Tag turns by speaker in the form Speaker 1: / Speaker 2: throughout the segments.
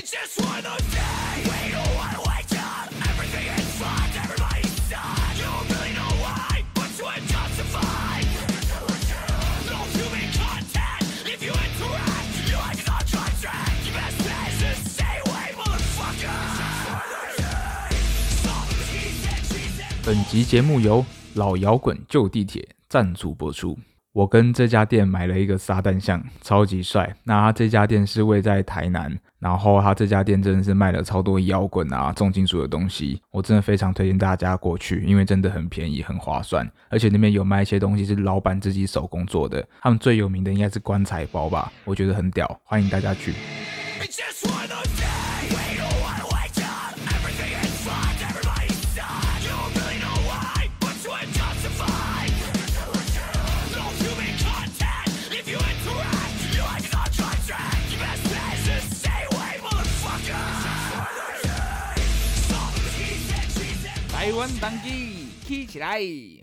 Speaker 1: just one of those days when you wanna wake up. Everything is fucked, everybody's done. You don't really know why, but you ain't justified. No human contact if you interact. You ain't no contract. Your best bet is to stay away, motherfucker. Stop teasing, teasing.
Speaker 2: 本集节目由老摇滚旧地铁赞助播出。我跟这家店买了一个撒旦像，超级帅。那他这家店是位在台南，然后他这家店真的是卖了超多摇滚啊、重金属的东西，我真的非常推荐大家过去，因为真的很便宜、很划算，而且那边有卖一些东西是老板自己手工做的。他们最有名的应该是棺材包吧，我觉得很屌，欢迎大家去。
Speaker 1: It's just one of those days when you wanna wake up. Everything is fucked, everybody's done. You don't really know why, but you ain't justified. No human contact if you interact. You ain't no contract. Your best bet is to stay away, motherfucker. Stop teasing, teasing.
Speaker 3: 台湾当机起起来，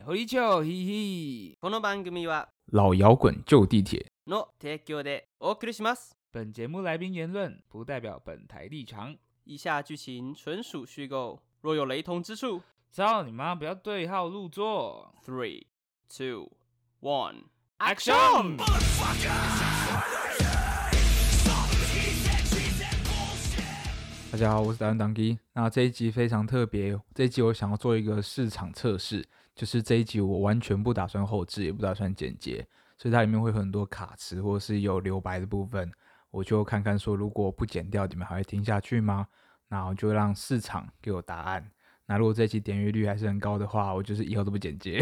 Speaker 3: 和你笑嘻嘻。
Speaker 4: この番組は
Speaker 2: 老摇滚旧地铁，
Speaker 4: の提供でお送りします。
Speaker 3: 本节目来宾言论不代表本台立场。
Speaker 4: 以下剧情纯属虚构，若有雷同之处
Speaker 3: 操你妈！不要对号入座。
Speaker 4: ，three, two, one,
Speaker 3: Action！
Speaker 2: 大家好，我是达文当基。那这一集非常特别，这一集我想要做一个市场测试，就是这一集我完全不打算后置，也不打算剪接，所以它里面会有很多卡词或是有留白的部分，我就看看说如果不剪掉，你们还会听下去吗？那我就让市场给我答案。那如果这一期点阅率还是很高的话，我就是以后都不剪接，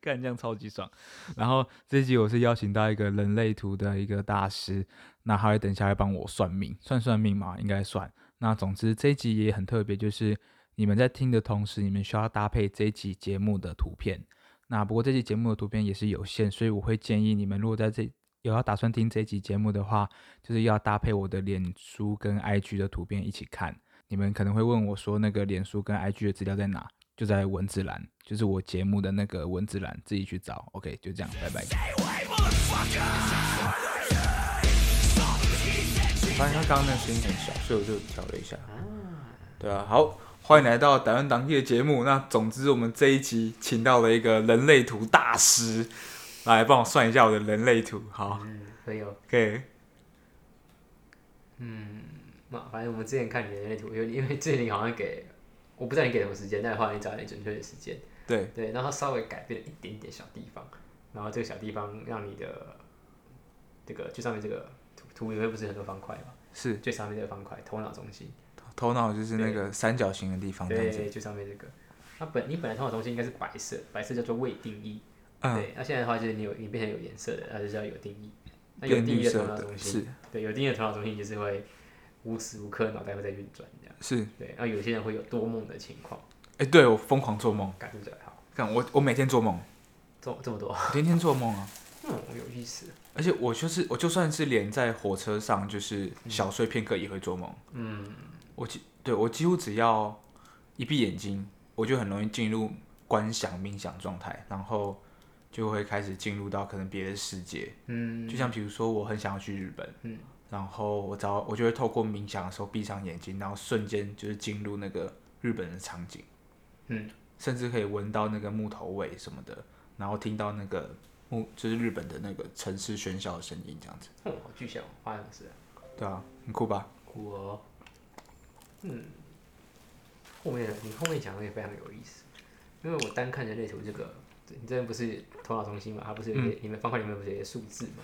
Speaker 2: 看这样超级爽。然后这一集我是邀请到一个人类图的一个大师，那他会等一下来帮我算命，算算命嘛，应该算。那总之这一集也很特别，就是你们在听的同时，你们需要搭配这一集节目的图片。那不过这期节目的图片也是有限，所以我会建议你们如果在这有要打算听这期节目的话，就是要搭配我的脸书跟 IG 的图片一起看。你们可能会问我说，那个脸书跟 IG 的资料在哪？就在文字栏，就是我节目的那个文字栏，自己去找。OK，就这样，拜拜。发现他刚刚那个声音很小，所以我就调了一下。对啊，好，欢迎来到台湾当地的节目。那总之，我们这一集请到了一个人类图大师来帮我算一下我的人类图。好，
Speaker 5: 可以哦，
Speaker 2: 可以。
Speaker 5: 那反正我们之前看你的人类图，因为因为之前你好像给，我不知道你给什么时间，但后来你找你准确的时间，
Speaker 2: 对，
Speaker 5: 对，然后稍微改变了一点点小地方，然后这个小地方让你的这个最上面这个图图里面不是很多方块嘛，
Speaker 2: 是
Speaker 5: 最上面这个方块头脑中心，
Speaker 2: 头脑就是那个三角形的地方，这样子。
Speaker 5: 对，最上面这个，它本你本来头脑中心应该是白色，白色叫做未定义，
Speaker 2: 嗯，
Speaker 5: 对，那现在的话就是你有你变成有颜色的，它就叫有定义，那有
Speaker 2: 变
Speaker 5: 定
Speaker 2: 绿
Speaker 5: 义的
Speaker 2: 色
Speaker 5: 头脑
Speaker 2: 的，是
Speaker 5: 中心，对，有定义的头脑中心就是会无时无刻脑袋会在运转这样。
Speaker 2: 是。
Speaker 5: 对，然后有些人会有多梦的情况，
Speaker 2: 哎，对我疯狂做梦，
Speaker 5: 感觉最好，
Speaker 2: 看我我每天做梦，
Speaker 5: 这这么多，
Speaker 2: 我天天做梦啊。
Speaker 5: 嗯，有意思，
Speaker 2: 而且我就是我就算是连在火车上，就是小睡片刻也会做梦。
Speaker 5: 嗯，
Speaker 2: 我几对我几乎只要一闭眼睛，我就很容易进入观想冥想状态，然后就会开始进入到可能别的世界。
Speaker 5: 嗯，
Speaker 2: 就像比如说，我很想要去日本，
Speaker 5: 嗯，
Speaker 2: 然后我只要我就会透过冥想的时候闭上眼睛，然后瞬间就是进入那个日本的场景，
Speaker 5: 嗯，
Speaker 2: 甚至可以闻到那个木头味什么的，然后听到那个木就是日本的那个城市喧嚣的声音，这样子，
Speaker 5: 嗯，好具象哦，发生什么事啊？
Speaker 2: 对啊，很酷吧？
Speaker 5: 我，嗯，后面你后面讲的也非常有意思，因为我单看人类图这个，对你这边不是头脑中心嘛，它不是有
Speaker 2: 嗯
Speaker 5: 些、你们方块里面不是有些数字嘛？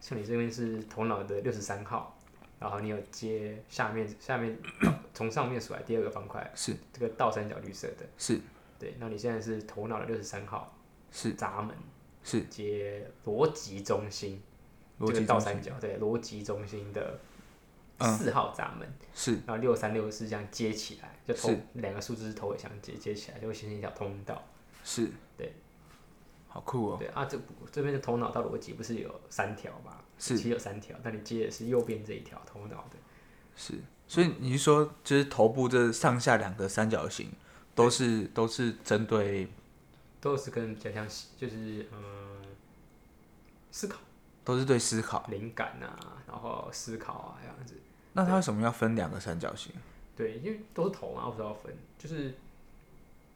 Speaker 5: 像你这边是头脑的六十三号，然后你有接下面下面 从上面数来第二个方块，
Speaker 2: 是
Speaker 5: 这个倒三角绿色的，
Speaker 2: 是
Speaker 5: 对，那你现在是头脑的六十三号
Speaker 2: 是
Speaker 5: 闸门。
Speaker 2: 是，
Speaker 5: 接逻辑中心，
Speaker 2: 逻
Speaker 5: 这
Speaker 2: 辑
Speaker 5: 个倒
Speaker 2: 中
Speaker 5: 三
Speaker 2: 心
Speaker 5: 角对逻辑中心的
Speaker 2: 嗯
Speaker 5: 四号闸门，
Speaker 2: 是
Speaker 5: 然后六三六四这样接起来，就头
Speaker 2: 是
Speaker 5: 两个数字是头尾相接，接起来就会形成一条通道。
Speaker 2: 是，
Speaker 5: 对，
Speaker 2: 好酷哦，
Speaker 5: 对啊，这这边的头脑到逻辑不是有三条吗？
Speaker 2: 是
Speaker 5: 其实有三条，但你接的是右边这一条头脑的，
Speaker 2: 是。所以你是说，就是头部这上下两个三角形都是都是针对，
Speaker 5: 都是跟比较像就是嗯思考、
Speaker 2: 都是对思考，
Speaker 5: 灵感啊，然后思考啊这样子。
Speaker 2: 那它为什么要分两个三角形？
Speaker 5: 对，因为都是头嘛，我不知道分，就是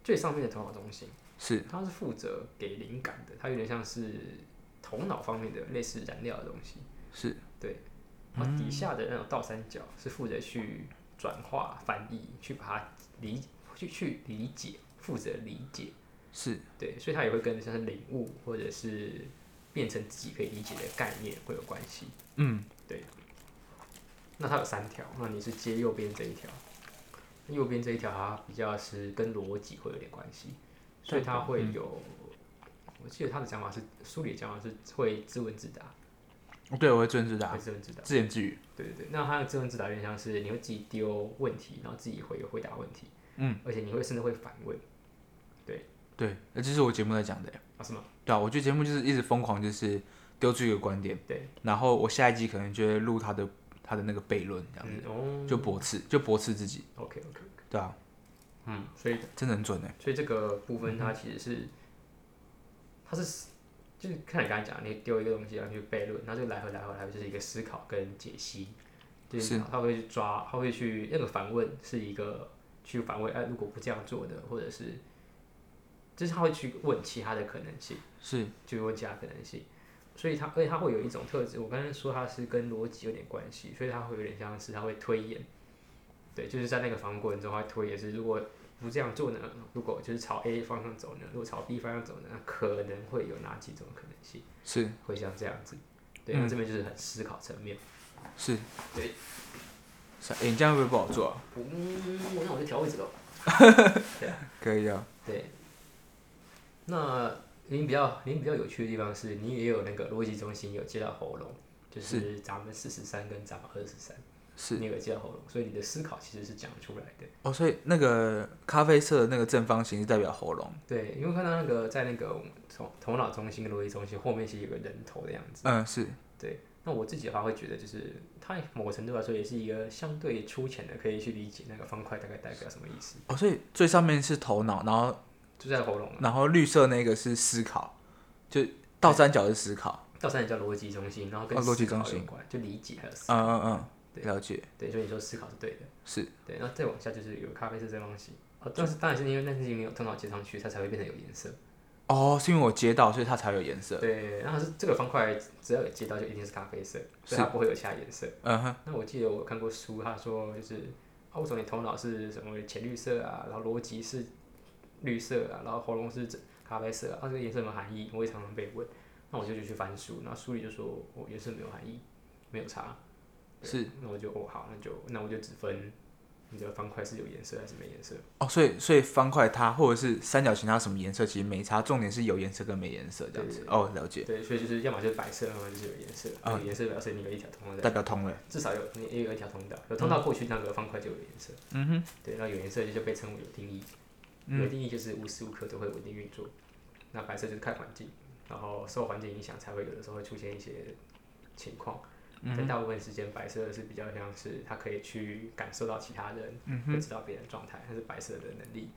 Speaker 5: 最上面的头脑中心，
Speaker 2: 是
Speaker 5: 它是负责给灵感的，它有点像是头脑方面的类似燃料的东西。
Speaker 2: 是，
Speaker 5: 对，然后底下的那种倒三角是负责去转化、翻译，去把它理去去理解，负责理解。
Speaker 2: 是
Speaker 5: 对，所以它也会跟像是领悟或者是变成自己可以理解的概念会有关系。
Speaker 2: 嗯，
Speaker 5: 对。那它有三条，那你是接右边这一条，右边这一条它比较是跟逻辑会有点关系，所以它会有，我记得他的讲法是书里的讲法是会自问自答，
Speaker 2: 哦对，我会政治
Speaker 5: 会
Speaker 2: 答，
Speaker 5: 自问自答。
Speaker 2: 自言自语。
Speaker 5: 对对对，那它的自问自答有点像是你会自己丢问题，然后自己回回答问题，
Speaker 2: 嗯，
Speaker 5: 而且你会甚至会反问
Speaker 2: 对，那这是我节目在讲的耶。
Speaker 5: 啊什么？
Speaker 2: 对啊，我觉得节目就是一直疯狂，就是丢出一个观点，
Speaker 5: 对，
Speaker 2: 然后我下一集可能就会录他的他的那个悖论，这样
Speaker 5: 嗯
Speaker 2: 子、
Speaker 5: 哦
Speaker 2: 就驳斥，就驳斥自己。
Speaker 5: ，OK OK OK，
Speaker 2: 对啊，
Speaker 5: 嗯，所以
Speaker 2: 真的很准哎。
Speaker 5: 所以这个部分
Speaker 2: 嗯
Speaker 5: 它其实是，它是就是看你刚才讲，你丢一个东西然后去悖论，那这个来回来回来回就是一个思考跟解析，就是
Speaker 2: 是
Speaker 5: 他会去抓，他会去那个反问是一个去反问，哎、如果不这样做的，或者是就是他会去问其他的可能性。
Speaker 2: 是，
Speaker 5: 就问其他可能性。所以它，而且它会有一种特质，我刚才说它是跟逻辑有点关系，所以它会有点像是它会推演，对，就是在那个访问过程中，它推演是如果不这样做呢，如果就是朝 A 方向走呢，如果朝 B 方向走呢，可能会有哪几种可能性，
Speaker 2: 是
Speaker 5: 会像这样子，对，
Speaker 2: 嗯
Speaker 5: 那这边就是很思考层面。
Speaker 2: 是。
Speaker 5: 对
Speaker 2: 是啊，哎、你这样会不会不好做啊？
Speaker 5: 嗯，那我就调位置喽。
Speaker 2: 可以啊，
Speaker 5: 对，那您比较您比较有趣的地方是，你也有那个逻辑中心有接到喉咙，就是咱们四十三跟咱们二十三，
Speaker 2: 是
Speaker 5: 你有接到喉咙，所以你的思考其实是讲出来的。
Speaker 2: 哦，所以那个咖啡色的那个正方形是代表喉咙，
Speaker 5: 对，因为看到那个在那个头头脑中心跟逻辑中心后面其实有个人头的样子。
Speaker 2: 嗯，是
Speaker 5: 对，那我自己的话会觉得，就是它某个程度来说也是一个相对粗浅的，可以去理解那个方块大概代表什么意思，
Speaker 2: 哦，所以最上面是头脑，然后
Speaker 5: 就在喉咙啊。
Speaker 2: 然后绿色那个是思考，就倒三角是思考，
Speaker 5: 倒三也叫逻辑中心，然后跟
Speaker 2: 哦逻
Speaker 5: 思
Speaker 2: 辑中
Speaker 5: 考有
Speaker 2: 心
Speaker 5: 关，就理解还有思
Speaker 2: 嗯嗯嗯，
Speaker 5: 对
Speaker 2: 了解，
Speaker 5: 对，所以你说思考是对的。
Speaker 2: 是
Speaker 5: 对，然后再往下就是有咖啡色这东西。哦，但是当然是因为那是因为有头脑接上去，它才会变成有颜色。
Speaker 2: 哦，是因为我接到，所以它才有颜色，
Speaker 5: 对，然后是这个方块只要有接到就一定是咖啡色，所以它不会有其他颜色。
Speaker 2: 嗯哼，
Speaker 5: 那我记得我看过书，他说就是啊，为什么你头脑是什么浅绿色啊，然后逻辑是绿色啊，然后喉咙是咖啡色啊，啊这个颜色有没有含义？我也常常被问。那我就就去翻书，然后书里就说我颜色没有含义，没有差。对
Speaker 2: 是，
Speaker 5: 那我就哦好，那就那我就只分你的方块是有颜色还是没颜色。
Speaker 2: 哦，所以所以方块它或者是三角形它什么颜色其实没差，重点是有颜色跟没颜色这样子
Speaker 5: 对，
Speaker 2: 哦，了解，
Speaker 5: 对，所以就是要么就是白色，要么就是有颜色。
Speaker 2: 啊
Speaker 5: 有颜色表示你有一条通道
Speaker 2: 代
Speaker 5: 在，
Speaker 2: 表通了，
Speaker 5: 至少有你也有一条通道，有通道过去那个方块就有颜色。
Speaker 2: 嗯哼，嗯
Speaker 5: 对，那有颜色就被称为有定义，有定义就是无时无刻都会稳定运作。那白色就是看环境，然后受环境影响才会有的时候会出现一些情况。
Speaker 2: 嗯
Speaker 5: 但大部分时间，白色是比较像是他可以去感受到其他人，
Speaker 2: 嗯
Speaker 5: 会知道别人的状态，它是白色的能力。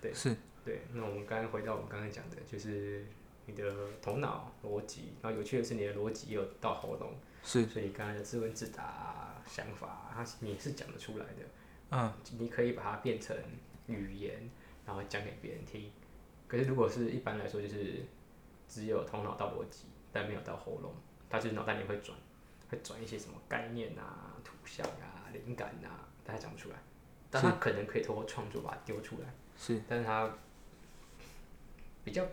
Speaker 5: 对
Speaker 2: 是，
Speaker 5: 对，那我们刚刚回到我们刚刚讲的，就是你的头脑逻辑，然后有趣的是你的逻辑也有到喉咙，
Speaker 2: 是，
Speaker 5: 所以你刚才的自问自答、想法，它你是讲得出来的，
Speaker 2: 嗯，
Speaker 5: 你可以把它变成语言，然后讲给别人听。可是如果是一般来说，就是只有头脑到逻辑，但没有到喉咙，它就是脑袋里会转，会转一些什么概念啊、图像啊、灵感啊，但它讲不出来。但它可能可以通过创作把它丢出来。
Speaker 2: 是
Speaker 5: 但是他比较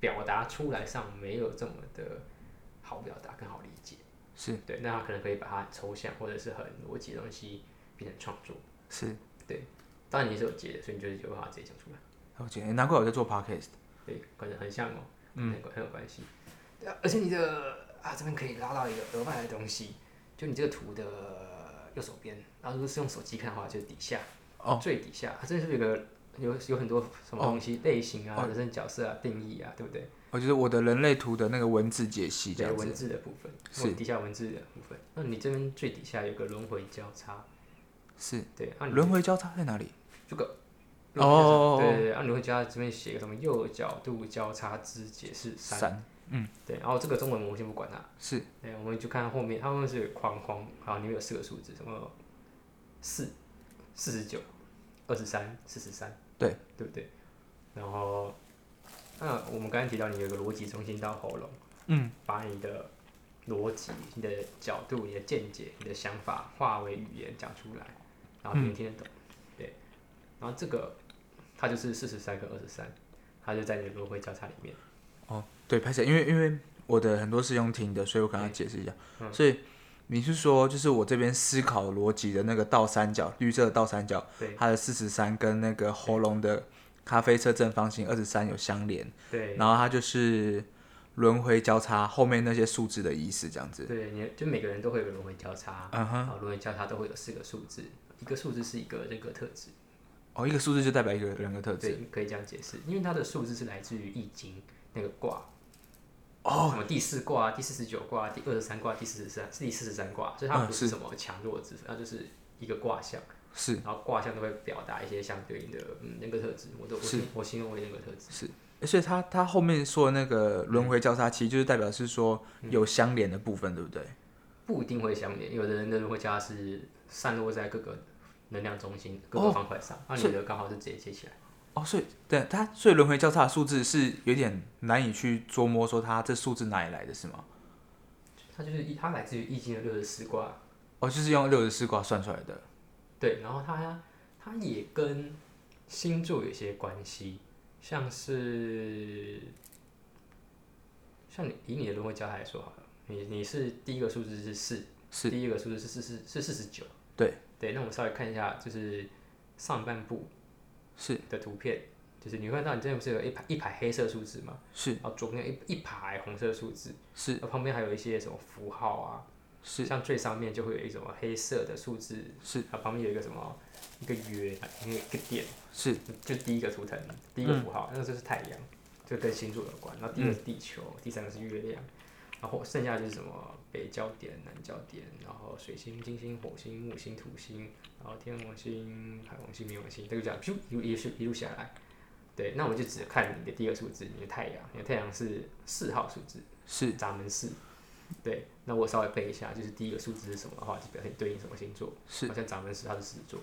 Speaker 5: 表达出来上没有这么的好表达跟好理解，
Speaker 2: 是
Speaker 5: 对，那他可能可以把它抽象或者是很逻辑的东西变成创作，
Speaker 2: 是，
Speaker 5: 当然你是有接的，所以你就是有办法直接讲出来，
Speaker 2: 了解，难怪我在做 podcast，
Speaker 5: 对，可能很像哦，嗯，很有关系，对啊，而且你的啊这边可以拉到一个额外的东西，就你这个图的右手边，然后如果是用手机看的话，就是底下，
Speaker 2: 哦
Speaker 5: 最底下，啊、这是不是有个有有很多什么
Speaker 2: 哦
Speaker 5: 东西、类型啊、
Speaker 2: 哦
Speaker 5: 人生角色啊、定义啊，对不对？
Speaker 2: 我就是我的人类图的那个文字解析这
Speaker 5: 对
Speaker 2: 样
Speaker 5: 文
Speaker 2: 子，
Speaker 5: 字的部分，
Speaker 2: 是
Speaker 5: 底下文字的部分。那你这边最底下有个轮回交叉，
Speaker 2: 是，
Speaker 5: 对，啊按
Speaker 2: 轮回交叉在哪里？
Speaker 5: 这个
Speaker 2: 哦
Speaker 5: 啊对对对，按轮回交叉这边写个什么右角度交叉之解释三，
Speaker 2: 三，嗯，
Speaker 5: 对，然后这个中文我们先不管它，
Speaker 2: 是
Speaker 5: 对，我们就看后面，它后面是有框框，然后里面有四个数字，什么四、四十九、二十三、四十三，
Speaker 2: 对，
Speaker 5: 对不对？然后，那我们刚才提到你有一个逻辑中心到喉咙，
Speaker 2: 嗯，
Speaker 5: 把你的逻辑、你的角度、你的见解、你的想法化为语言讲出来，然后别人听得懂，对。然后这个它就是四十三跟二十三，它就在你的轮回交叉里面。
Speaker 2: 哦，对，拍摄，因为因为我的很多是用听的，所以我跟他解释一下。
Speaker 5: 嗯
Speaker 2: 所以你是说，就是我这边思考逻辑的那个倒三角，绿色的倒三角
Speaker 5: 对，
Speaker 2: 它的四十三跟那个喉咙的咖啡色正方形二十三有相连，
Speaker 5: 对，
Speaker 2: 然后它就是轮回交叉后面那些数字的意思，这样子。
Speaker 5: 对，你就每个人都会有个轮回交叉，
Speaker 2: 嗯哼
Speaker 5: 然后轮回交叉都会有四个数字，一个数字是一个人格特质，
Speaker 2: 哦，一个数字就代表一个人格特
Speaker 5: 对
Speaker 2: 质。，
Speaker 5: 可以这样解释，因为它的数字是来自于易经那个卦，
Speaker 2: 哦
Speaker 5: 什么第四卦、第四十九卦、第二十三卦、第四十三、第四十三卦，所以它
Speaker 2: 嗯
Speaker 5: 不
Speaker 2: 是
Speaker 5: 是什么强弱之分，它就是一个卦象，
Speaker 2: 是，
Speaker 5: 然后卦象都会表达一些相对应的嗯人格特质，我都我
Speaker 2: 是
Speaker 5: 形我形容为人格特质，
Speaker 2: 诶所以它它后面说的那个轮回交叉，其实就是代表是说有相连的部分，对不对？
Speaker 5: 不一定会相连，有的人的轮回交叉是散落在各个能量中心、各个
Speaker 2: 哦
Speaker 5: 方块上，那、
Speaker 2: 所
Speaker 5: 你的刚好是直接接起来。
Speaker 2: 哦，所以对它，所以轮回交叉的数字是有点难以去捉摸，说它这数字哪里来的，是吗？
Speaker 5: 它就是易它来自于易经的六十四卦，
Speaker 2: 哦，就是用六十四卦算出来的。
Speaker 5: 对，然后它它也跟星座有一些关系，像是像你以你的轮回交叉来说好了，你你是第一个数字是四，
Speaker 2: 是
Speaker 5: 第一个数字是四四是四十九，
Speaker 2: 对
Speaker 5: 对，那我们稍微看一下就是上半部
Speaker 2: 是
Speaker 5: 的图片，就是你会看到你这边不是有一排一排黑色数字吗？
Speaker 2: 是
Speaker 5: 然后哦左边有一一排红色数字，
Speaker 2: 是
Speaker 5: 然后旁边还有一些什么符号啊，
Speaker 2: 是
Speaker 5: 像最上面就会有一种黑色的数字，
Speaker 2: 是
Speaker 5: 它旁边有一个什么一个圆，一个一个点，嗯
Speaker 2: 是嗯
Speaker 5: 就第一个图腾，第一个符号，那个就是太阳，就跟星座有关。然后第二个是地球，第三个是月亮，然后剩下就是什么北焦点、南焦点，然后水星、金星、火星、木星、土星，然后天王星、海王星、冥王星，这个这样咻一路一路一路下来。对，那我就只看你的第一个数字，你的太阳，你的太阳是四号数字，
Speaker 2: 是
Speaker 5: 闸门四。对，那我稍微背一下，就是第一个数字是什么的话，就表现对应什么星座。
Speaker 2: 是
Speaker 5: 好像闸门四它是狮子座，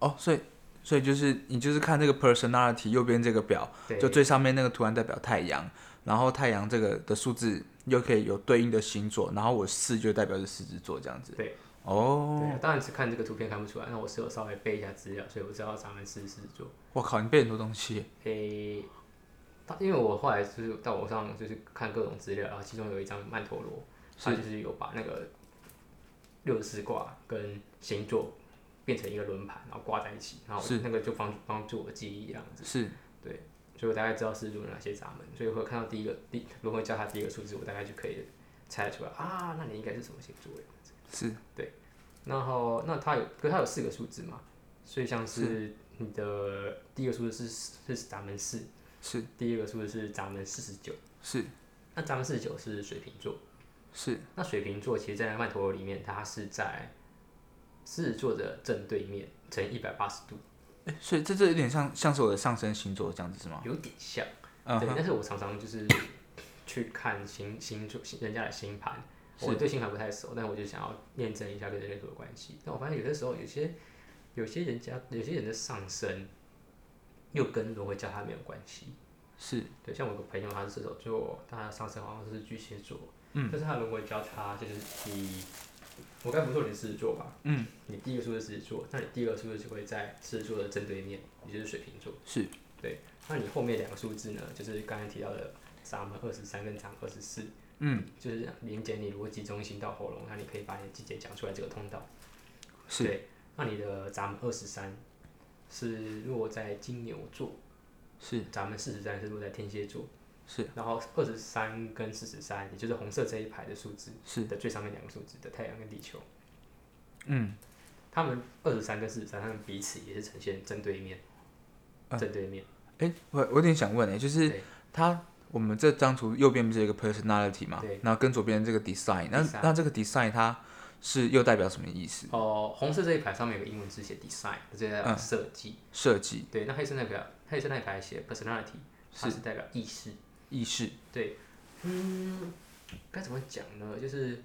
Speaker 2: 哦，所以所以就是你就是看这个 personality 右边这个表，
Speaker 5: 对，
Speaker 2: 就最上面那个图案代表太阳，然后太阳这个的数字又可以有对应的星座，然后我四就代表是狮子座这样子。
Speaker 5: 对。对
Speaker 2: 哦，
Speaker 5: 啊，当然只看这个图片看不出来。那我是有稍微背一下资料，所以我知道闸门狮子座。
Speaker 2: 我靠，你背很多东西耶。
Speaker 5: 诶、他因为我后来就是到网上就是看各种资料，然后其中有一张曼陀罗，它就是有把那个六十四卦跟星座变成一个轮盘，然后挂在一起，然后
Speaker 2: 是
Speaker 5: 那个就帮帮助我记忆这样子。
Speaker 2: 是
Speaker 5: 对，所以我大概知道狮子座有哪些闸门，所以我看到第一个第如何叫它第一个数字，我大概就可以猜得出来啊，那你应该是什么星座耶？
Speaker 2: 是
Speaker 5: 然后那它有，可是它有四个数字嘛，所以像是你的第一个数字是是咱们四，
Speaker 2: 是
Speaker 5: 第二个数字是咱们四十九，
Speaker 2: 是
Speaker 5: 那咱们四十九是水瓶座，
Speaker 2: 是
Speaker 5: 那水瓶座其实，在曼陀罗里面，它是在狮子座的正对面，乘一百八十度，
Speaker 2: 诶所以这这有点像像是我的上升星座这样子是吗？
Speaker 5: 有点像。
Speaker 2: 嗯
Speaker 5: 对，
Speaker 2: 哼，
Speaker 5: 但是我常常就是去看星星座星人家的星盘，我
Speaker 2: 是
Speaker 5: 对星盘不太熟，但我就想要验证一下跟人类有关系。但我发现有些时候有些有些人家有些人的上升又跟轮回交叉没有关系。
Speaker 2: 是
Speaker 5: 对，像我有个朋友他是射手座，但他的上升好像是巨蟹座，嗯，但是他的轮回交叉就是第，我该不说你是狮子座吧？
Speaker 2: 嗯，
Speaker 5: 你第一个数字是狮子座，那你第二个数字就会在狮子座的正对面，也就是水瓶座。
Speaker 2: 是
Speaker 5: 对，那你后面两个数字呢，就是刚才提到的闸门二十三跟闸门二十四，
Speaker 2: 嗯，
Speaker 5: 就是连接你逻辑中心到喉咙，那你可以把你的季节讲出来这个通道。
Speaker 2: 是
Speaker 5: 对，那你的闸门二十三是落在金牛座，
Speaker 2: 是
Speaker 5: 闸门四十三是落在天蝎座，
Speaker 2: 是
Speaker 5: 然后二十三跟四十三，也就是红色这一排的数字
Speaker 2: 是
Speaker 5: 的最上面两个数字的太阳跟地球，
Speaker 2: 嗯
Speaker 5: 他们二十三跟四十三，他们彼此也是呈现正对面，
Speaker 2: 嗯
Speaker 5: 正对面。
Speaker 2: 诶，我我有点想问诶，就是
Speaker 5: 对
Speaker 2: 它我们这张图右边不是有一个 personality 嘛
Speaker 5: 对，
Speaker 2: 然后跟左边这个 design，那
Speaker 5: design
Speaker 2: 那这个 design 它是又代表什么意思？
Speaker 5: 哦，红色这一排上面有个英文字写 design，这代表设计。
Speaker 2: 设计、
Speaker 5: 对，那黑色那排，黑色那一排写 personality，它
Speaker 2: 是
Speaker 5: 是代表意识。
Speaker 2: 意识
Speaker 5: 对，嗯，该怎么讲呢？就是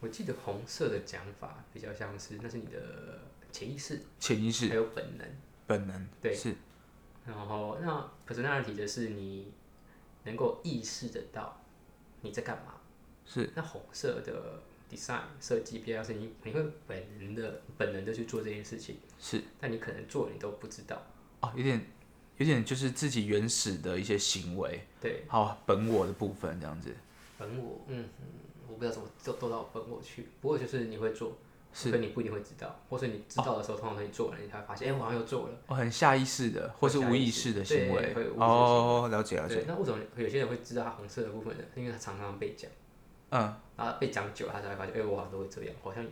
Speaker 5: 我记得红色的讲法比较像是那是你的潜意识，
Speaker 2: 潜意识
Speaker 5: 还、有本能。
Speaker 2: 本能，
Speaker 5: 对
Speaker 2: 是
Speaker 5: 然后那 personality 的是你能够意识得到你在干嘛。
Speaker 2: 是
Speaker 5: 那红色的 design 设计比较是你你会本能的本能的去做这件事情，
Speaker 2: 是
Speaker 5: 但你可能做了你都不知道。
Speaker 2: 哦，有点有点嗯就是自己原始的一些行为，
Speaker 5: 对，
Speaker 2: 好本我的部分这样子，
Speaker 5: 本我，嗯，嗯我不知道怎么都都到本我去。不过就是你会做，
Speaker 2: 是
Speaker 5: 可你不一定会知道，或是你知道的时候，通常都你做完了，你才会发现，哎、我好像又做了。
Speaker 2: 哦，很下意识的或是
Speaker 5: 下意
Speaker 2: 无意
Speaker 5: 识
Speaker 2: 识的
Speaker 5: 对
Speaker 2: 行为
Speaker 5: 会无意识的行，为
Speaker 2: 哦，了解了
Speaker 5: 对
Speaker 2: 解，，
Speaker 5: 那为什么有些人会知道他红色的部分呢？因为他常常被讲，
Speaker 2: 嗯，
Speaker 5: 然后被讲久，他才会发现，哎、我好像都会这样，好像有，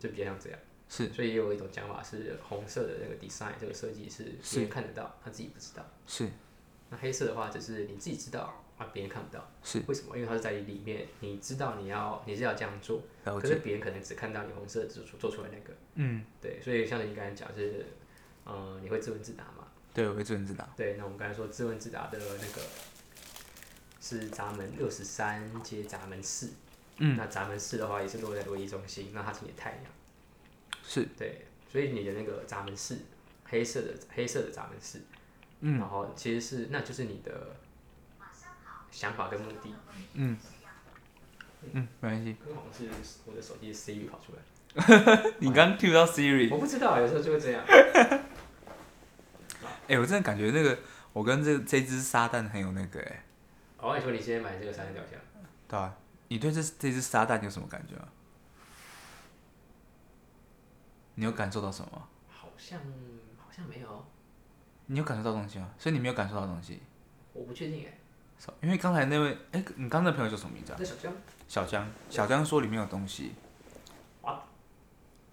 Speaker 5: 就比较像这样。
Speaker 2: 是
Speaker 5: 所以也有一种讲法是，红色的那个 design 这个设计是
Speaker 2: 是
Speaker 5: 别人看得到，他自己不知道。
Speaker 2: 是
Speaker 5: 那黑色的话，只是你自己知道，啊，别人看不到。
Speaker 2: 是
Speaker 5: 为什么？因为它是在里面，你知道你要你是要这样做，
Speaker 2: 了
Speaker 5: 可是
Speaker 2: 解，
Speaker 5: 别人可能只看到你红色做出做出来那个。
Speaker 2: 嗯，
Speaker 5: 对，所以像你刚才讲是，呃，你会自问自答嘛？
Speaker 2: 对，我会自问自答，
Speaker 5: 对，那我们刚才说自问自答的那个是闸门六十三接闸门四，
Speaker 2: 嗯
Speaker 5: 那闸门四的话也是落在罗伊中心，那它是你的太阳，
Speaker 2: 是
Speaker 5: 对，所以你的那个闸门四，黑色的黑色的闸门四，
Speaker 2: 嗯
Speaker 5: 然后其实是那就是你的想法跟目的，
Speaker 2: 嗯嗯，没关系，
Speaker 5: 好像是我的手机的 Siri 跑出来，
Speaker 2: 你刚 Q 到 Siri，
Speaker 5: 我不知道，有时候就会这样，
Speaker 2: 哎、我真的感觉那个我跟这这只撒旦很有那个哎、
Speaker 5: 哦，你说你先买这个三十雕像。
Speaker 2: 对啊，你对这这只撒旦有什么感觉吗？你有感受到什么吗？
Speaker 5: 好像好像没有，
Speaker 2: 你有感受到东西吗？所以你没有感受到东西，
Speaker 5: 我不确定哎。
Speaker 2: So- 因为刚才那位，哎、你刚才那朋友叫什么名字啊？
Speaker 5: 那小江
Speaker 2: 小江，小江说里面有东西。
Speaker 5: What？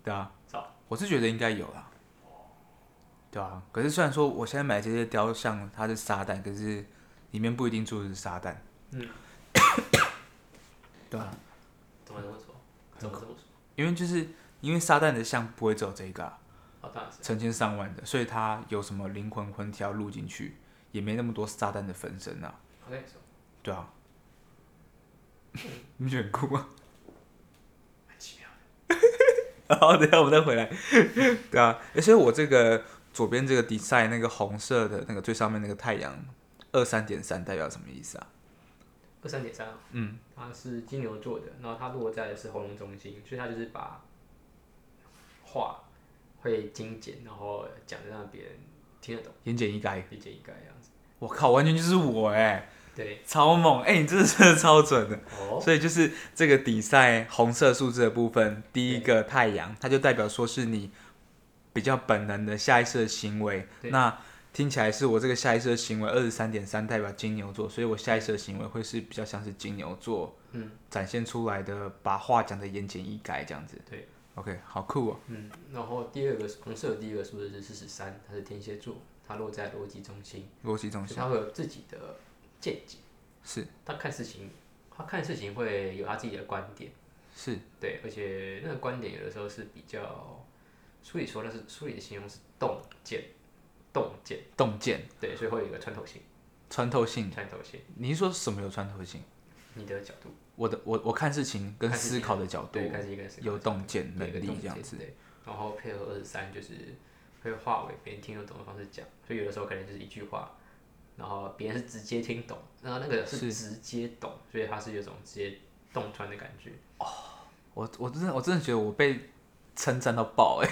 Speaker 2: 对啊
Speaker 5: 操，
Speaker 2: 我是觉得应该有啦。对啊，可是虽然说我现在买这些雕像，它是撒旦，可是里面不一定住的是撒旦。
Speaker 5: 嗯，
Speaker 2: 对啊，
Speaker 5: 怎么怎么说？怎么怎么说？
Speaker 2: 因为就是因为撒旦的像不会只有这一个、啊，
Speaker 5: 哦，当然是。
Speaker 2: 成千上万的，所以它有什么灵魂魂条录进去，也没那么多撒旦的分身啊。
Speaker 5: 我跟你说，
Speaker 2: 对啊， 你觉得很酷吗？
Speaker 5: 蛮奇妙的。
Speaker 2: 然后等一下我们再回来。对啊，而且我这个左边这个 design 那个红色的那个最上面那个太阳二三点三代表什么意思啊？
Speaker 5: 二三点三，啊
Speaker 2: 嗯，
Speaker 5: 它是金牛座的，然后它落在的是喉咙中心，所以它就是把话会精简，然后讲的让别人听得懂，
Speaker 2: 言简意赅。
Speaker 5: 理解一概这样子。
Speaker 2: 我靠，完全就是我哎、
Speaker 5: 对，
Speaker 2: 超猛哎、你这真的超准的。
Speaker 5: 哦，
Speaker 2: 所以就是这个底赛红色数字的部分，第一个太阳，它就代表说是你比较本能的下意识的行为。
Speaker 5: 对
Speaker 2: 那听起来是我这个下意识的行为，二十三点三代表金牛座，所以我下意识的行为会是比较像是金牛座
Speaker 5: 嗯
Speaker 2: 展现出来的，把话讲的言简意赅这样子。
Speaker 5: 对
Speaker 2: ，OK，好酷哦。
Speaker 5: 嗯，然后第二个红色的第二个数字是四十三，它是天蝎座，它落在逻辑中心，
Speaker 2: 逻辑中
Speaker 5: 所以
Speaker 2: 心
Speaker 5: 它会有自己的见解，
Speaker 2: 是
Speaker 5: 他看事情，他看事情会有他自己的观点。
Speaker 2: 是
Speaker 5: 对，而且那个观点有的时候是比较，书里说那是书里的形容是洞见，洞见，
Speaker 2: 洞见
Speaker 5: 对，所以会有一个穿透性，
Speaker 2: 穿透性。
Speaker 5: 穿透性，
Speaker 2: 你是说什么有穿透性？
Speaker 5: 你的角度，
Speaker 2: 我的我我看事情跟
Speaker 5: 看事
Speaker 2: 思
Speaker 5: 情
Speaker 2: 考的角度
Speaker 5: 对，看是一个思考
Speaker 2: 有
Speaker 5: 的角
Speaker 2: 洞见
Speaker 5: 度对
Speaker 2: 能
Speaker 5: 一个
Speaker 2: 力
Speaker 5: 洞
Speaker 2: 这样
Speaker 5: 见
Speaker 2: 子。
Speaker 5: 对，然后配合二十三就是会化为别人听得懂的方式讲，所以有的时候可能就是一句话，然后别人是直接听懂，然后那个是
Speaker 2: 是
Speaker 5: 直接懂，所以它是有种直接洞穿的感觉。
Speaker 2: 我我真的我真的觉得我被称赞到爆哎、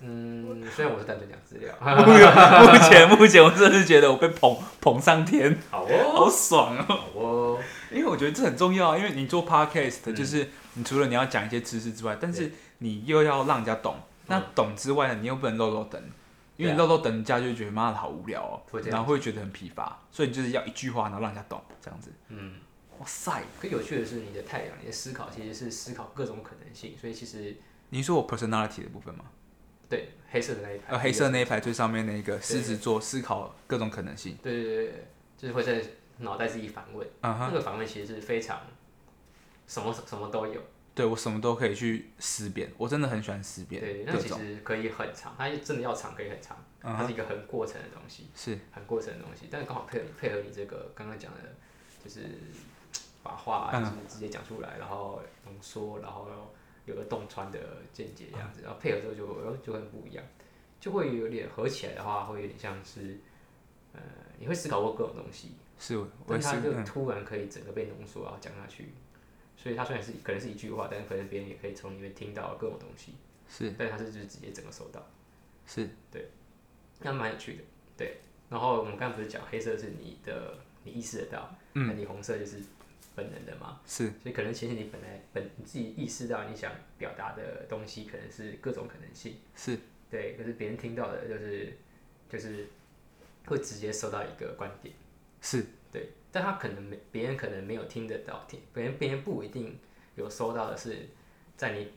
Speaker 5: 嗯，虽然我是单纯讲资料，
Speaker 2: 目前目前我真的是觉得我被捧捧上天，
Speaker 5: 好哦，
Speaker 2: 好爽哦！
Speaker 5: 好哦，嗯
Speaker 2: 因为我觉得这很重要啊，因为你做 podcast 就是你除了你要讲一些知识之外，但是你又要让人家懂。那懂之外呢，你又不能漏漏等，因为你
Speaker 5: 嗯对
Speaker 2: 漏
Speaker 5: 啊
Speaker 2: 漏等人家就会觉得妈的好无聊哦
Speaker 5: 会，这样
Speaker 2: 然后会觉得很疲乏，所以你就是要一句话，然后让人家懂这样子。
Speaker 5: 嗯。
Speaker 2: 哇塞！
Speaker 5: 可有趣的是，你的太阳，你的思考其实是思考各种可能性，所以其实
Speaker 2: 你说我 personality 的部分吗？
Speaker 5: 对黑色的那一排，
Speaker 2: 呃，黑色那一排最上面那一个狮子座思考各种可能性。
Speaker 5: 对，对对对，就是会在脑袋自己反问，
Speaker 2: 嗯
Speaker 5: 那
Speaker 2: 哼，
Speaker 5: 个反问其实是非常什么什么都有，
Speaker 2: 对我什么都可以去思辨，我真的很喜欢思辨
Speaker 5: 对，那
Speaker 2: 各
Speaker 5: 其
Speaker 2: 种，
Speaker 5: 实可以很长，它真的要长可以很长，
Speaker 2: 嗯
Speaker 5: 它是
Speaker 2: 哼，
Speaker 5: 一个很过程的东西，
Speaker 2: 是
Speaker 5: 很过程的东西，但是刚好配合配合你这个刚刚讲的，就是把话啊
Speaker 2: 嗯
Speaker 5: 就是直接讲出来，然后浓缩，然后有个洞穿的见解这样子，然后配合之后就呃就很不一样，就会有点合起来的话，会有点像是呃你会思考过各种东西，
Speaker 2: 是，我我
Speaker 5: 但
Speaker 2: 也是
Speaker 5: 它就
Speaker 2: 嗯
Speaker 5: 突然可以整个被浓缩，然后讲下去。所以它虽然是可能是一句话，但是可能别人也可以从里面听到各种东西，
Speaker 2: 是
Speaker 5: 但是它是就是直接整个收到，
Speaker 2: 是
Speaker 5: 那蛮有趣的。对，然后我们刚刚不是讲黑色是你的你意识得到，
Speaker 2: 嗯
Speaker 5: 那你红色就是本能的嘛，
Speaker 2: 是
Speaker 5: 所以可能其实你本来本你自己意识到你想表达的东西可能是各种可能性，
Speaker 2: 是
Speaker 5: 对，可是别人听到的就是就是会直接收到一个观点。
Speaker 2: 是
Speaker 5: 对，但他可能没，别人可能没有听得到，听别人别人不一定有收到的是，在你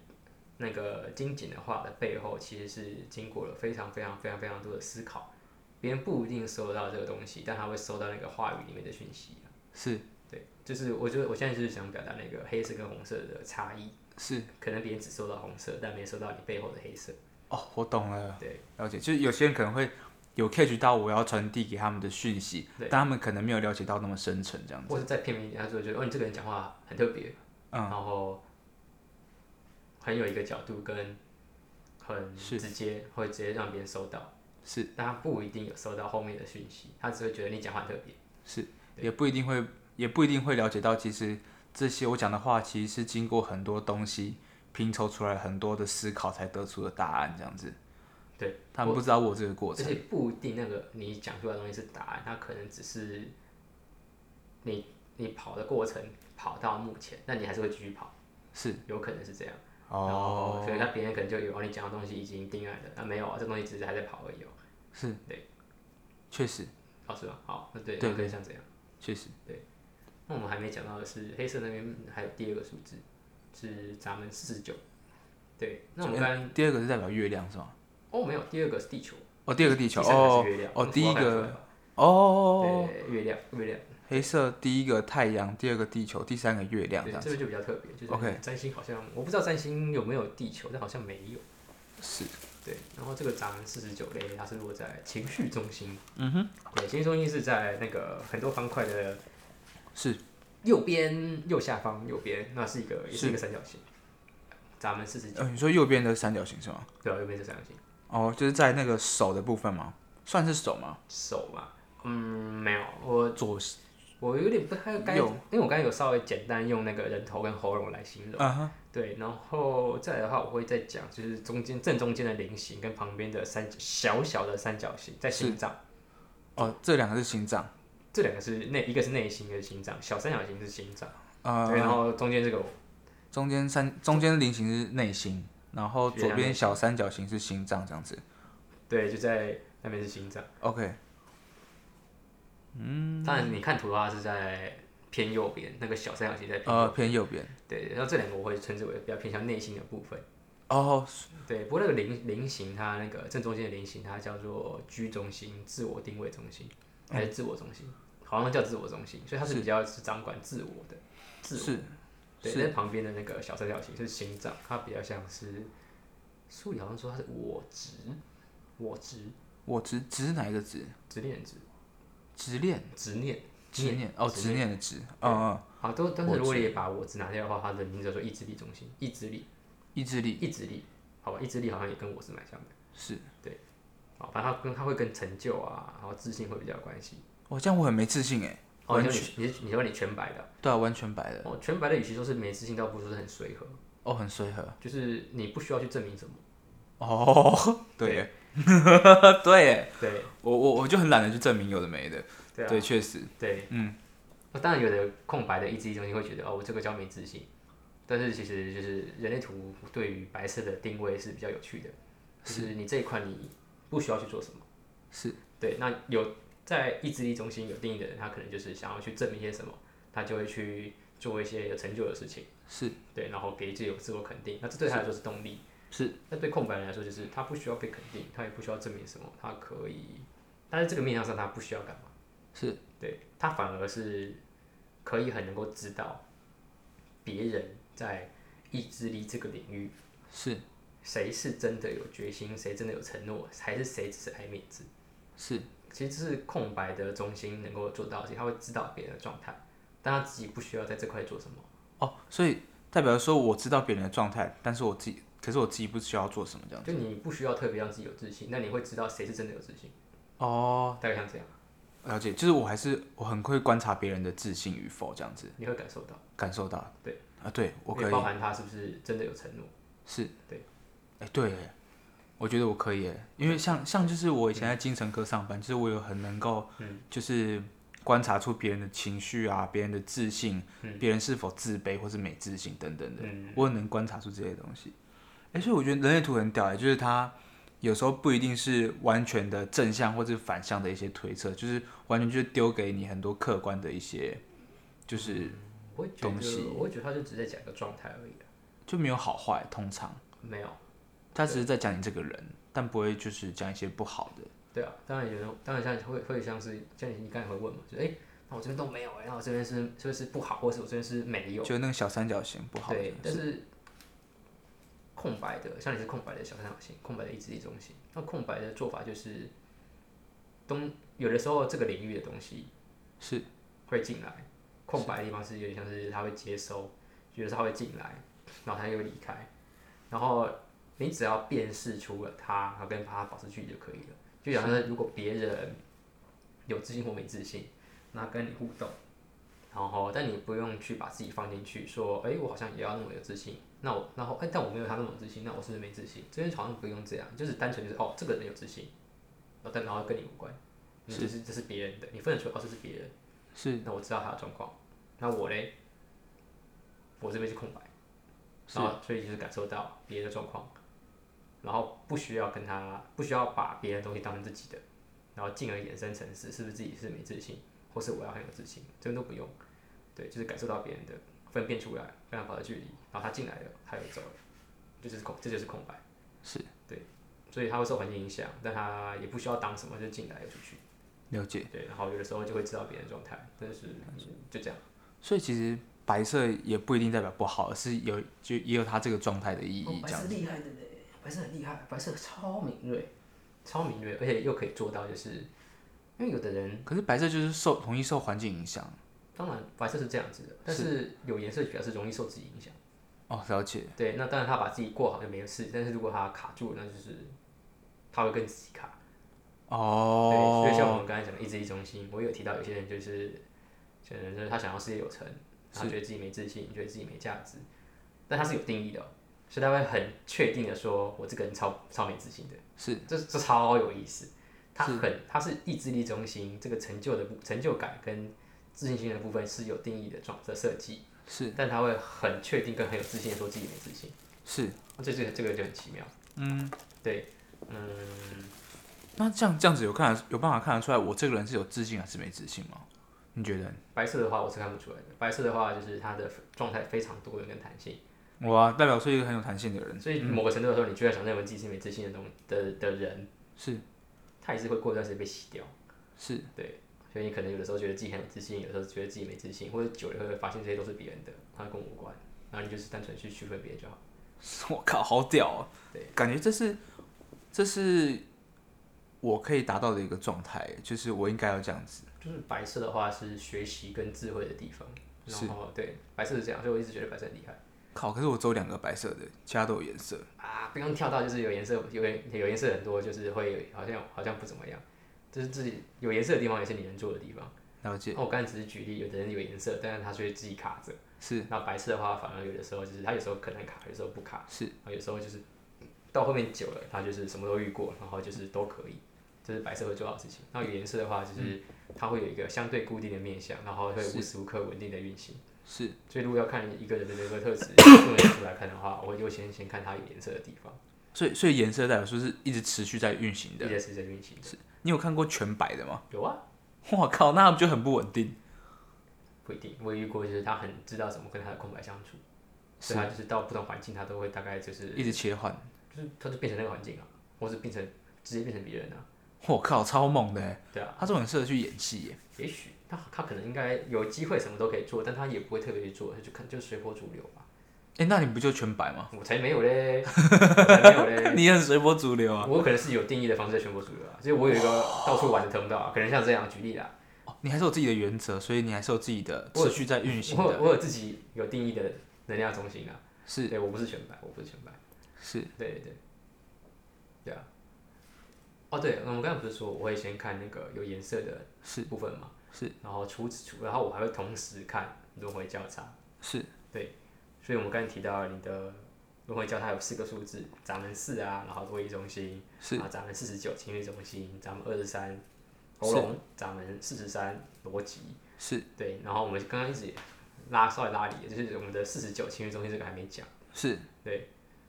Speaker 5: 那个精简的话的背后，其实是经过了非常非常非常非常多的思考，别人不一定收到这个东西，但他会收到那个话语里面的讯息啊、
Speaker 2: 是
Speaker 5: 对，就是我觉得我现在就是想表达那个黑色跟红色的差异，
Speaker 2: 是
Speaker 5: 可能别人只收到红色，但没收到你背后的黑色。
Speaker 2: 哦，我懂了，
Speaker 5: 对，
Speaker 2: 了解，就是有些人可能会有 catch 到我要传递给他们的讯息，
Speaker 5: 对
Speaker 2: 但他们可能没有了解到那么深层这样
Speaker 5: 或
Speaker 2: 子，
Speaker 5: 是再片面一点，他就会觉得哦，你这个人讲话很特别，然
Speaker 2: 嗯，
Speaker 5: 后很有一个角度跟很
Speaker 2: 是
Speaker 5: 直接，会直接让别人收到，
Speaker 2: 是
Speaker 5: 但他不一定有收到后面的讯息，他只会觉得你讲话很特别。
Speaker 2: 是，
Speaker 5: 对
Speaker 2: 也不一定会，也不一定会了解到，其实这些我讲的话，其实是经过很多东西拼凑出来很多的思考才得出的答案这样子，
Speaker 5: 对，
Speaker 2: 他们不知道我有这个过
Speaker 5: 而
Speaker 2: 程
Speaker 5: 且，不一定那个你讲出来的东西是答案，它可能只是你你跑的过程跑到目前，那你还是会继续跑，
Speaker 2: 是
Speaker 5: 有可能是这样。然后
Speaker 2: 哦
Speaker 5: 所，以他别人可能就以为哦你讲的东西已经定案了，那没有啊，这东西只是还在跑而已哦。
Speaker 2: 是，
Speaker 5: 对，
Speaker 2: 确实
Speaker 5: 哦，是吧？好，那对，
Speaker 2: 对
Speaker 5: 那可以像这样。
Speaker 2: 确实
Speaker 5: 那我们还没讲到的是，黑色那边还有第二个数字是咱们四十九。对，那我们
Speaker 2: 就呃
Speaker 5: 刚
Speaker 2: 第二个是代表月亮是吗？
Speaker 5: 哦没有，第二个是地球，
Speaker 2: 哦，第二个地球
Speaker 5: 第三个
Speaker 2: 哦
Speaker 5: 是月亮
Speaker 2: 哦，
Speaker 5: 那
Speaker 2: 第
Speaker 5: 符
Speaker 2: 一
Speaker 5: 号看得出
Speaker 2: 个
Speaker 5: 来吧
Speaker 2: 哦，
Speaker 5: 对月亮月亮，
Speaker 2: 黑色第一个太阳，第二个地球，第三个月亮这
Speaker 5: 对
Speaker 2: 样
Speaker 5: 这
Speaker 2: 子。
Speaker 5: 个就比较特别，就是
Speaker 2: OK
Speaker 5: 占星好像我不知道占星有没有地球，但好像没有。
Speaker 2: 是，
Speaker 5: 对，然后这个咱们四十九类它是落在情绪中心，
Speaker 2: 嗯哼，
Speaker 5: 对，情绪中心是在那个很多方块的
Speaker 2: 是
Speaker 5: 右边右下方右边，那是一个也是一个三角形。咱们四十九
Speaker 2: 呃，，你说右边的三角形是吗？
Speaker 5: 对啊，右边是三角形。
Speaker 2: 哦，就是在那个手的部分吗？算是手吗？
Speaker 5: 手嘛，嗯，没有，我
Speaker 2: 左，
Speaker 5: 我有点不太该，因
Speaker 2: 右
Speaker 5: 为我刚才有稍微简单用那个人头跟喉咙来形容，
Speaker 2: 嗯哼，
Speaker 5: 对，然后再来的话，我会再讲就是中间正中间的菱形跟旁边的三小小的三角形在心脏，
Speaker 2: 哦，这两个是心脏，
Speaker 5: 这两个是内一个是内心，一个是心脏，小三角形是心脏，对，然
Speaker 2: 呃，
Speaker 5: 后中间这个
Speaker 2: 中间三中间菱形是内心，然后
Speaker 5: 月亮
Speaker 2: 左边小三角形是心脏这样子。
Speaker 5: 对就在那边是心脏，
Speaker 2: OK，嗯
Speaker 5: 当然你看图的话是在偏右边，那个小三角形在偏
Speaker 2: 呃，
Speaker 5: 右，
Speaker 2: 偏右边。
Speaker 5: 对，然后这两个我会称之为比较偏向内心的部分。
Speaker 2: 哦，
Speaker 5: 对，不过那个菱菱形，它那个正中间的菱形，它叫做居中心、自我定位中心，
Speaker 2: 嗯
Speaker 5: 还是自我中心？好像叫自我中心，所以它是
Speaker 2: 是
Speaker 5: 比较是掌管自我的。自我
Speaker 2: 是
Speaker 5: 对，
Speaker 2: 是
Speaker 5: 但旁边的那个小三角形是心脏，它比较像是书里好像说它是我执，我执
Speaker 2: 我执执是哪一个执？
Speaker 5: 执念的执
Speaker 2: 执念，
Speaker 5: 执念
Speaker 2: 执念哦，
Speaker 5: 执
Speaker 2: 执念的执。嗯嗯，
Speaker 5: 啊，都但是
Speaker 2: 我
Speaker 5: 如果
Speaker 2: 执
Speaker 5: 也把我执拿掉的话，它的名字叫做意志力中心，意志力，
Speaker 2: 意志力
Speaker 5: 意志力，好吧，意志力好像也跟我执蛮像的。
Speaker 2: 是。
Speaker 5: 好，反正它跟它会跟成就啊，然后自信会比较有关系。
Speaker 2: 哦，这样我很没自信哎。
Speaker 5: 哦，
Speaker 2: 完
Speaker 5: 你说你你是你说你全白的
Speaker 2: 对啊，完全白的。
Speaker 5: 哦，全白的与其说是没自信，倒不如说是很随和，
Speaker 2: 哦，很随和。
Speaker 5: 就是你不需要去证明什么。
Speaker 2: 哦，
Speaker 5: 对
Speaker 2: 对耶， 对耶，
Speaker 5: 对
Speaker 2: 我我我就很懒得去证明有的没的，
Speaker 5: 对啊
Speaker 2: 对，确实，
Speaker 5: 对
Speaker 2: 嗯，
Speaker 5: 那当然有的空白的意志力中心会觉得哦，我这个叫没自信，但是其实就是人类图对于白色的定位是比较有趣的，就是你这一块你不需要去做什么。
Speaker 2: 是
Speaker 5: 对，那有在意志力中心有定义的人，他可能就是想要去证明些什么，他就会去做一些有成就的事情，
Speaker 2: 是
Speaker 5: 对，然后给自己有自我肯定，那这对他来说是动力。
Speaker 2: 是
Speaker 5: 那对空白人来说，就是他不需要被肯定，他也不需要证明什么，他可以，但是这个面向上他不需要干嘛，
Speaker 2: 是
Speaker 5: 对他反而是可以很能够知道别人在意志力这个领域，
Speaker 3: 是
Speaker 5: 谁是真的有决心，谁真的有承诺，还是谁只是爱面子？
Speaker 3: 是
Speaker 5: 其实这是空白的中心能够做到的事情，他会知道别人的状态，但他自己不需要在这块做什么。
Speaker 2: 哦，所以代表说我知道别人的状态，但是我自己，可是我自己不需要做什么这样子。
Speaker 5: 就你不需要特别让自己有自信，那你会知道谁是真的有自信。
Speaker 2: 哦，
Speaker 5: 大概像这样，
Speaker 2: 了解，就是我还是我很会观察别人的自信与否这样子，
Speaker 5: 你会感受到，
Speaker 2: 感受到。
Speaker 5: 对
Speaker 2: 啊，对我
Speaker 5: 因
Speaker 2: 可
Speaker 5: 为
Speaker 2: 以
Speaker 5: 包，含他是不是真的有承诺。
Speaker 2: 是，
Speaker 5: 对，
Speaker 2: 哎、对耶，我觉得我可以耶，因为像像就是我以前在精神科上班，就是我有很能够，就是观察出别人的情绪啊，别人的自信，别人是否自卑或是没自信等等的，
Speaker 5: 嗯
Speaker 2: 我很能观察出这些东西。哎、所以我觉得人类图很屌哎，就是它有时候不一定是完全的正向或者反向的一些推测，就是完全就是丢给你很多客观的一些，就是
Speaker 5: 我会觉
Speaker 2: 东西
Speaker 5: 得，我会觉得他就只是在讲一个状态而已啊，
Speaker 2: 就没有好坏，通常。
Speaker 5: 没有。
Speaker 2: 他只是在讲你这个人，但不会就是讲一些不好的。
Speaker 5: 对啊，当然有人，当然像会会像是像你刚才会问嘛，就哎、诶那我这边都没有、诶那我这边是是不是不好，或是我这边是没有？
Speaker 2: 就那个小三角形不好的
Speaker 5: 哦对，但
Speaker 2: 是
Speaker 5: 是空白的，像你是空白的小三角形，空白的意志力中心，那空白的做法就是东有的时候这个领域的东西
Speaker 2: 是
Speaker 5: 会进来，空白的地方是有点像是它会接收，有的时候它会进来，然后它又离开，然后你只要辨识出了它，然后跟它保持距离就可以了。就假设如果别人有自信或没自信，那跟你互动，然后但你不用去把自己放进去，说，哎、我好像也要那么有自信，那我然后哎、但我没有他那么有自信，那我是不是没自信？这边好像不用这样，就是单纯就是哦，这个人有自信，然后但然后跟你无关，你就是这是别人的，你分得出来哦，这是别人的。
Speaker 2: 是
Speaker 5: 那我知道他的状况，那我嘞，我这边是空白，
Speaker 2: 是
Speaker 5: 然后所以就是感受到别人的状况，然后不需要跟他，不需要把别人的东西当成自己的，然后进而衍生成是是不是自己是没自信，或是我要很有自信，这边都不用，对，就是感受到别人的分辨出来，跟他保持距离，然后他进来了，他又走了，这就是空，这就是空白，
Speaker 2: 是
Speaker 5: 对，所以他会受环境影响，但他也不需要当什么，就进来又出去，
Speaker 2: 了解。
Speaker 5: 对，然后有的时候就会知道别人的状态，但是嗯就这样。
Speaker 2: 所以其实白色也不一定代表不好，而是有就也有它这个状态的意
Speaker 5: 哦
Speaker 2: 义
Speaker 5: 白
Speaker 2: 这样
Speaker 5: 色
Speaker 2: 子。
Speaker 5: 厉害的嘞，白色很厉害，白色超敏锐，超敏锐，而且又可以做到，就是因为有的人
Speaker 2: 可是白色就是受容易受环境影响。
Speaker 5: 当然白色是这样子的，但是有颜色表示容易受自己影响。
Speaker 2: 哦，了解。
Speaker 5: 对，那当然他把自己过好就没事，但是如果他卡住了，那就是他会跟自己卡。对，所以像我
Speaker 2: 哦，
Speaker 5: 们刚才讲的意志力中心，我有提到有些人就是，有人就是他想要事业有成，他
Speaker 2: 是
Speaker 5: 觉得自己没自信，觉得自己没价值，但他是有定义的哦、所以他会很确定的说，我这个人超超没自信的，
Speaker 2: 是，
Speaker 5: 这这超有意思，他
Speaker 2: 是
Speaker 5: 很他是意志力中心这个成就的部成就感跟自信心的部分是有定义的状的设计，
Speaker 2: 是
Speaker 5: 但他会很确定跟很有自信的说自己没自信，
Speaker 2: 是。
Speaker 5: 这这个这个就很奇妙，
Speaker 2: 嗯，
Speaker 5: 对，嗯，
Speaker 2: 那这样这样子有看得有办法看得出来我这个人是有自信啊还是没自信吗？你觉得？
Speaker 5: 白色的话我是看不出来的，白色的话就是它的状态非常多元跟弹性，
Speaker 2: 哇，啊代表是一个很有弹性的人。
Speaker 5: 所以某个程度来说，你就算想认为自己是没自信的东的的人，
Speaker 2: 是
Speaker 5: 他也是会过一段时间被洗掉。
Speaker 2: 是
Speaker 5: 所以你可能有的时候觉得自己很有自信，有的时候觉得自己没自信，或者久了会发现这些都是别人的，它跟我无关，然后你就是单纯去区分别人就好。
Speaker 2: 我靠，好屌、哦！
Speaker 5: 对，
Speaker 2: 感觉这是这是我可以达到的一个状态，就是我应该要这样子。
Speaker 5: 就是白色的话是学习跟智慧的地方，
Speaker 2: 是
Speaker 5: 然后对白色是这样，所以我一直觉得白色很厉害
Speaker 2: 靠，可是我只有两个白色的，其他都有颜色。
Speaker 5: 啊！不用跳到就是有颜色，有颜有颜色很多，就是会好像好像不怎么样，就是自己有颜色的地方也是你能做的地方。
Speaker 2: 了解，
Speaker 5: 那我刚才只是举例，有的人有颜色，但是他却自己卡着。
Speaker 2: 是
Speaker 5: 那白色的话，反而有的时候就是他有时候可能卡，有时候不卡，
Speaker 2: 是
Speaker 5: 然后有时候就是到后面久了，他就是什么都遇过，然后就是都可以，这、是白色会做到的事情。那有颜色的话，
Speaker 2: 嗯
Speaker 5: 就是它会有一个相对固定的面相，然后会无时无刻稳定的运行。
Speaker 2: 是，
Speaker 5: 所以如果要看一个人的人格 特质个人出来看的话，我会优先先看他有颜色的地方，
Speaker 2: 所以所以颜色代表说是一直持续在运行
Speaker 5: 一
Speaker 2: 的。
Speaker 5: 直是在运行的。
Speaker 2: 你有看过全白的吗？
Speaker 5: 有啊，
Speaker 2: 我靠，那就很不稳定。
Speaker 5: 不一定，我也遇过就是他很知道怎么跟他的空白相处，所以他就是到不同环境，他都会大概就是
Speaker 2: 一直切换。
Speaker 5: 就是他就变成那个环境啊，或是变成直接变成别人啊，
Speaker 2: 我靠，超猛的耶！
Speaker 5: 对啊，
Speaker 2: 他这种很适合去演戏耶。
Speaker 5: 也许他他可能应该有机会什么都可以做，但他也不会特别去做，他就看就随波逐流吧。
Speaker 3: 哎、那你不就全白 吗？
Speaker 5: 我才没有 嘞，我才没有嘞。
Speaker 3: 你很随波逐流啊！
Speaker 5: 我可能是有定义的方式在全国主流啊，就是我有一个到处玩的通道啊，可能像这样举例啦。
Speaker 3: 哦你还是有自己的原则，所以你还是有自己的
Speaker 5: 我
Speaker 3: 秩序在运行
Speaker 5: 我有
Speaker 3: 的。
Speaker 5: 我有自己有定义的能量中心啊，
Speaker 3: 是
Speaker 5: 对我不是全白，我不是全白，
Speaker 3: 是，
Speaker 5: 对对对，对啊。哦，对，我们刚刚不是说我会先看那个有颜色的
Speaker 3: 是
Speaker 5: 部分嘛？
Speaker 3: 是，
Speaker 5: 然后除此除，然后我还会同时看轮回交叉，
Speaker 3: 是
Speaker 5: 所以我们刚才提到你的轮回交叉有四个数字，咱们四啊，然后多一中心，
Speaker 3: 是
Speaker 5: 啊，咱们四十九情绪中心，咱们二十三喉咙，咱们四十三逻辑，
Speaker 3: 是
Speaker 5: 对，然后我们刚刚一直也拉稍微拉离，就是我们的四十九情绪中心这个还没讲，
Speaker 3: 是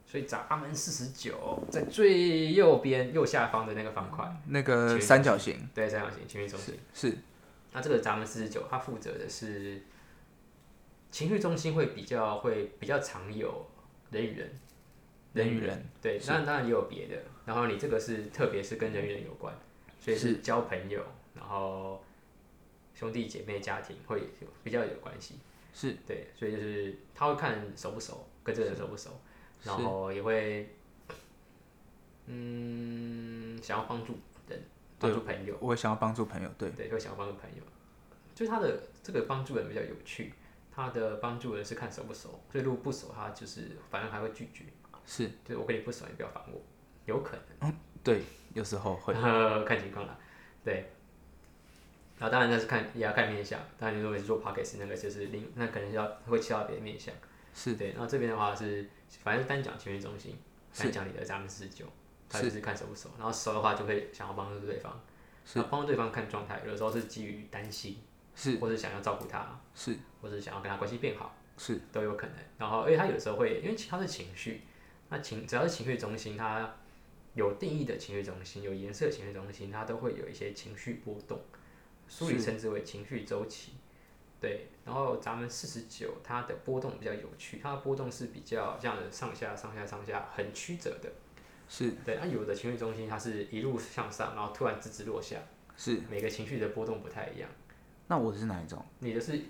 Speaker 5: 所以咱们四十九在最右边右下方的那个方块，
Speaker 3: 那
Speaker 5: 其
Speaker 3: 个
Speaker 5: 实
Speaker 3: 三角形，
Speaker 5: 对，三角形情绪中心。
Speaker 3: 是
Speaker 5: 那这个咱们四十九，它负责的是情绪中心会比较会比较常有人与人，
Speaker 3: 人与人，
Speaker 5: 对，那当然也有别的。然后你这个是特别是跟人与人有关，所以是交朋友，然后兄弟姐妹、家庭会有比较有关系。
Speaker 3: 是
Speaker 5: 对，所以就是他会看熟不熟，跟这个人熟不熟，
Speaker 3: 是
Speaker 5: 然后也会嗯想要帮助人，帮助朋友，
Speaker 3: 我想要帮助朋友，对，
Speaker 5: 对，会想要帮助朋友。就是他的这个帮助人比较有趣，他的帮助人是看熟不熟，所以如果不熟，他就是反正还会拒绝。
Speaker 3: 是
Speaker 5: 就是我跟你不熟，你不要烦我，有可能
Speaker 3: 对，有时候会
Speaker 5: 看情况啦，对。然后当然那是看也要看面相，当然如果你是做 p o c k e t 那个就是另那可能是要会切到别的面相，
Speaker 3: 是
Speaker 5: 对。然后这边的话是反正单讲情绪中心，
Speaker 3: 是
Speaker 5: 单讲你的咱们四十九，他就是看熟不熟，然后熟的话就会想要帮助对方，
Speaker 3: 是
Speaker 5: 然后帮助对方看状态，有的时候是基于担心，
Speaker 3: 是
Speaker 5: 或者想要照顾他，
Speaker 3: 是
Speaker 5: 或者想要跟他关系变好。
Speaker 3: 是
Speaker 5: 都有可能。然后，而且他有时候会，因为他是情绪，那情只要是情绪中心，它有定义的情绪中心，有颜色的情绪中心，它都会有一些情绪波动，书里
Speaker 3: 是
Speaker 5: 称之为情绪周期。对，然后咱们四十九，它的波动比较有趣，它的波动是比较这样的上下上下上下，很曲折的。
Speaker 3: 是
Speaker 5: 对，它有的情绪中心它是一路向上，然后突然直直落下，
Speaker 3: 是。
Speaker 5: 每个情绪的波动不太一样。
Speaker 3: 那我是哪一种？
Speaker 5: 你的是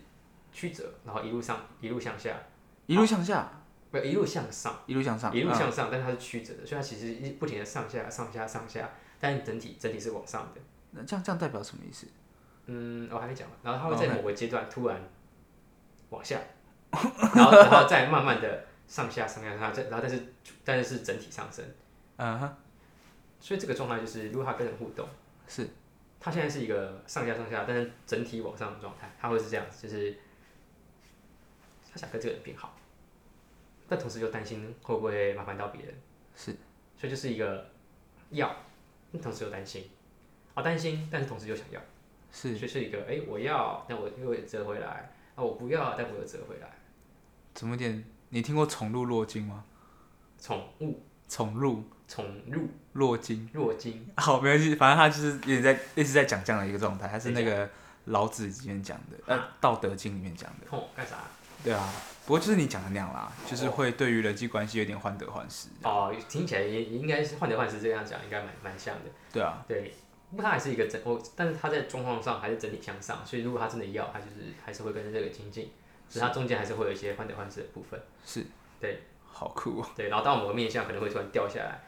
Speaker 5: 曲折，然后一路上一路向下，
Speaker 3: 一路向下，
Speaker 5: 不一路向上。
Speaker 3: 一路向上，
Speaker 5: 一路
Speaker 3: 嗯
Speaker 5: 向上，但它是曲折的，所以它其实一不停的上下上下上下，但整体整体是往上的。
Speaker 3: 那这样这样代表什么意思？
Speaker 5: 嗯，我还没讲完，然后它会在
Speaker 3: 哦 OK
Speaker 5: 某个阶段突然往下， 然后然后再慢慢的上下上下上下，再然后但是但是是整体上升，
Speaker 3: 嗯哼，
Speaker 5: 所以这个状态就是如果它跟人互动，
Speaker 3: 是
Speaker 5: 它现在是一个上下上下，但是整体往上的状态，它会是这样子，就是他想跟这个人变好，但同时又担心会不会麻烦到别人。
Speaker 3: 是
Speaker 5: 所以就是一个要，同时又担心，啊担心，但是同时又想要，
Speaker 3: 是，
Speaker 5: 所以是一个哎、诶我要，但我又折回来，啊我不要，但我又折回来，
Speaker 3: 怎么点？你听过宠辱落金吗？
Speaker 5: 宠物
Speaker 3: 宠辱
Speaker 5: 宠入
Speaker 3: 落金，
Speaker 5: 若惊，
Speaker 3: 好，没关系，反正他就是一直在一直在讲这样的一个状态，他是那个老子里面讲的，呃，《道德经》里面讲的，
Speaker 5: 哦干啥？
Speaker 3: 对啊。不过就是你讲的那样啦，就是会对于人际关系有点患得患失，
Speaker 5: 哦，听起来也也应该是患得患失这样讲，应该蛮蛮像的，
Speaker 3: 对啊，
Speaker 5: 对。不过它还是一个整我，但是它在状况上还是整体向上，所以如果它真的要，它就是还是会跟着这个亲近，只是它中间还是会有一些患得患失的部分，
Speaker 3: 是
Speaker 5: 对
Speaker 3: 好酷哦，
Speaker 5: 对。然后到某个面相可能会突然掉下来。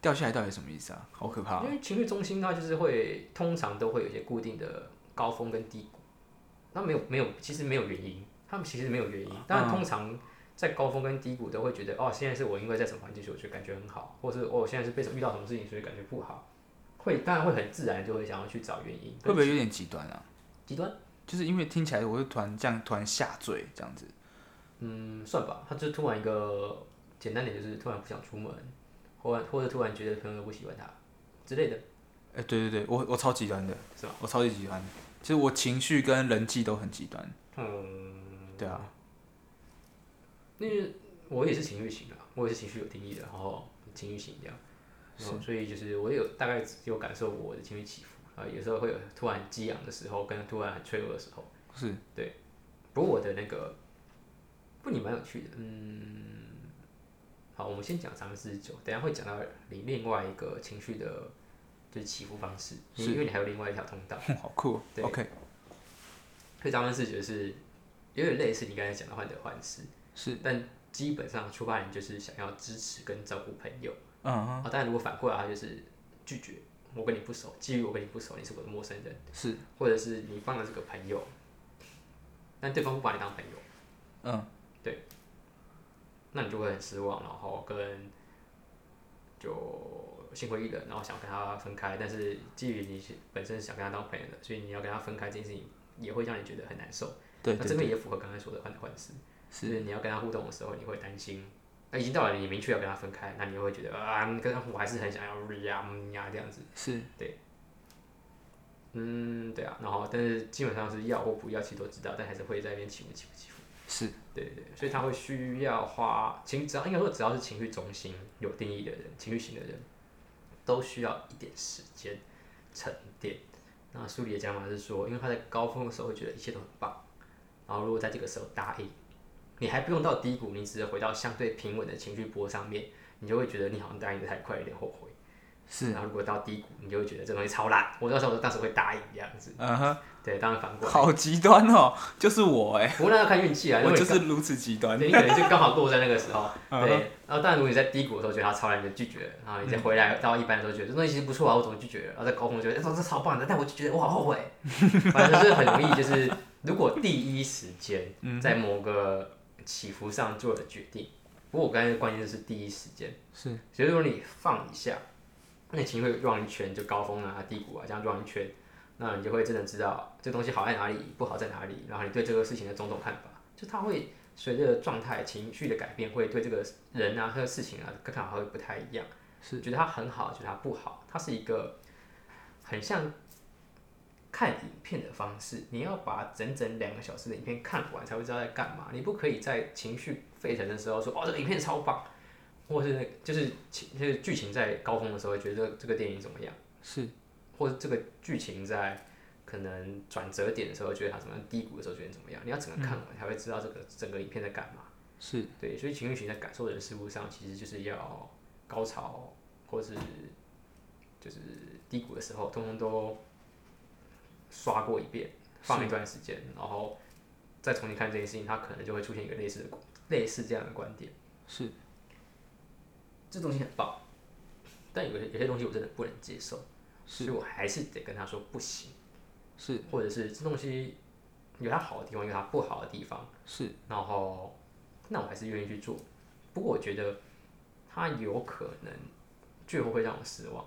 Speaker 3: 掉下来到底什么意思啊？好可怕哦、
Speaker 5: 因为情绪中心它就是会通常都会有一些固定的高峰跟低谷，那没有没有其实没有原因，他们其实没有原因，
Speaker 3: 啊
Speaker 5: 当然通常在高峰跟低谷都会觉得哦，现在是我因为在什么环境所以我觉得感觉很好，或是哦我现在是被什么遇到什么事情所以感觉不好，会当然会很自然就会想要去找原因，
Speaker 3: 会不会有点极端啊？
Speaker 5: 极端？
Speaker 3: 就是因为听起来我就突然这样突然下坠这样子，
Speaker 5: 嗯，算吧，他就是突然一个简单点就是突然不想出门，或或者突然觉得朋友不喜欢他之类的，
Speaker 3: 哎、对对对，我我超极端的，
Speaker 5: 是吗？
Speaker 3: 我超级极端，其实我情绪跟人际都很极端，
Speaker 5: 嗯。
Speaker 3: 对啊，
Speaker 5: 那我也是情绪型啊，我也是情绪有定义的，然后情绪型这样，然后所以就是我也有大概有感受我的情绪起伏，啊，有时候会有突然激昂的时候，跟突然很脆弱的时候。
Speaker 3: 是
Speaker 5: 不过我的那个，不，你蛮有趣的，嗯。好，我们先讲咱们四十九，等一下会讲到你另外一个情绪的，就是起伏方式，
Speaker 3: 是
Speaker 5: 因为你还有另外一条通道。
Speaker 3: 哼好酷哦、
Speaker 5: 对
Speaker 3: OK，
Speaker 5: 所以咱们视觉是有点类似你刚才讲的患得患失，
Speaker 3: 是
Speaker 5: 但基本上出发点就是想要支持跟照顾朋友。
Speaker 2: 嗯哼，
Speaker 5: 啊，当然如果反过来，他就是拒绝，我跟你不熟，基于我跟你不熟，你是我的陌生人，
Speaker 2: 是，
Speaker 5: 或者是你帮了这个朋友，但对方不把你当朋友，
Speaker 2: 嗯，
Speaker 5: 那你就会很失望，然后跟就心灰意冷，然后想跟他分开。但是基于你是本身是想跟他当朋友的，所以你要跟他分开这件事情也会让你觉得很难受。
Speaker 2: 对
Speaker 5: 那
Speaker 2: 对
Speaker 5: 这
Speaker 2: 对，
Speaker 5: 边也符合刚才说的患得患失，就是是你要跟他互动的时候，你会担心。那已经到了你明确要跟他分开，那你又会觉得啊，跟他我还是很想要呀嗯呀这样子。
Speaker 2: 是，
Speaker 5: 嗯，对啊，然后但是基本上是要或不要，其实都知道，但还是会在那边起伏起伏起伏。
Speaker 2: 是，
Speaker 5: 对对对，所以他会需要花情，只要应该说只要是情绪中心有定义的人，情绪型的人，都需要一点时间沉淀。那书里的讲法是说，因为他在高峰的时候会觉得一切都很棒，然后如果在这个时候答应，你还不用到低谷，你只是回到相对平稳的情绪波上面，你就会觉得你好像答应的太快，有点后悔。
Speaker 2: 是，
Speaker 3: 啊
Speaker 5: 然后如果到低谷，你就会觉得这东西超烂，我那时候当时会答应这样子。
Speaker 2: 嗯哼，
Speaker 5: 对，当然反过来，
Speaker 2: 好极端哦，就是我哎，
Speaker 5: 不过那要看运气啊，如
Speaker 2: 我
Speaker 5: 果
Speaker 2: 就
Speaker 5: 你
Speaker 2: 是如此极端，
Speaker 5: 对，你可能就刚好落在那个时候，
Speaker 2: 嗯
Speaker 5: 对。然后，当然，如果你在低谷的时候觉得它超烂，你就拒绝了，然后你再回来到一般的时候，觉得这东西其实不错啊，我怎么拒绝了？然后在高峰觉得，哎，这这超棒的，但我就觉得我好后悔。反正就是很容易，就是如果第一时间在某个起伏上做了决定，不过我刚才的关键就是第一时间，
Speaker 2: 是，
Speaker 5: 所以如果你放一下，那你情绪会绕一圈，就高峰啊、低谷啊这样绕一圈，那你就会真的知道这东西好在哪里，不好在哪里，然后你对这个事情的种种看法，就它会随着状态、情绪的改变，会对这个人啊、这个事情啊看法会不太一样。
Speaker 2: 是
Speaker 5: 觉得它很好，觉得它不好，它是一个很像看影片的方式。你要把整整两个小时的影片看完，才会知道在干嘛。你不可以在情绪沸腾的时候说：“哦，这个影片超棒。”或是那个就是情就是剧情在高峰的时候，觉得这个电影怎么样，
Speaker 2: 是，
Speaker 5: 或者这个剧情在可能转折点的时候，觉得它怎么样，低谷的时候觉得怎么样。你要整个看完才会知道这个整个影片在干嘛。
Speaker 2: 嗯是，
Speaker 5: 对，所以情绪型在感受人事物上，其实就是要高潮或是就是低谷的时候，通通都刷过一遍，放一段时间，然后再重新看这件事情，它可能就会出现一个类似的类似这样的观点。
Speaker 2: 是，
Speaker 5: 这东西很棒，但有些有些东西我真的不能接受，所以
Speaker 2: 是，
Speaker 5: 我还是得跟他说不行，
Speaker 2: 是，
Speaker 5: 或者是这东西有它好的地方，有它不好的地方。
Speaker 2: 是，
Speaker 5: 然后那我还是愿意去做。不过我觉得他有可能最后会让我失望，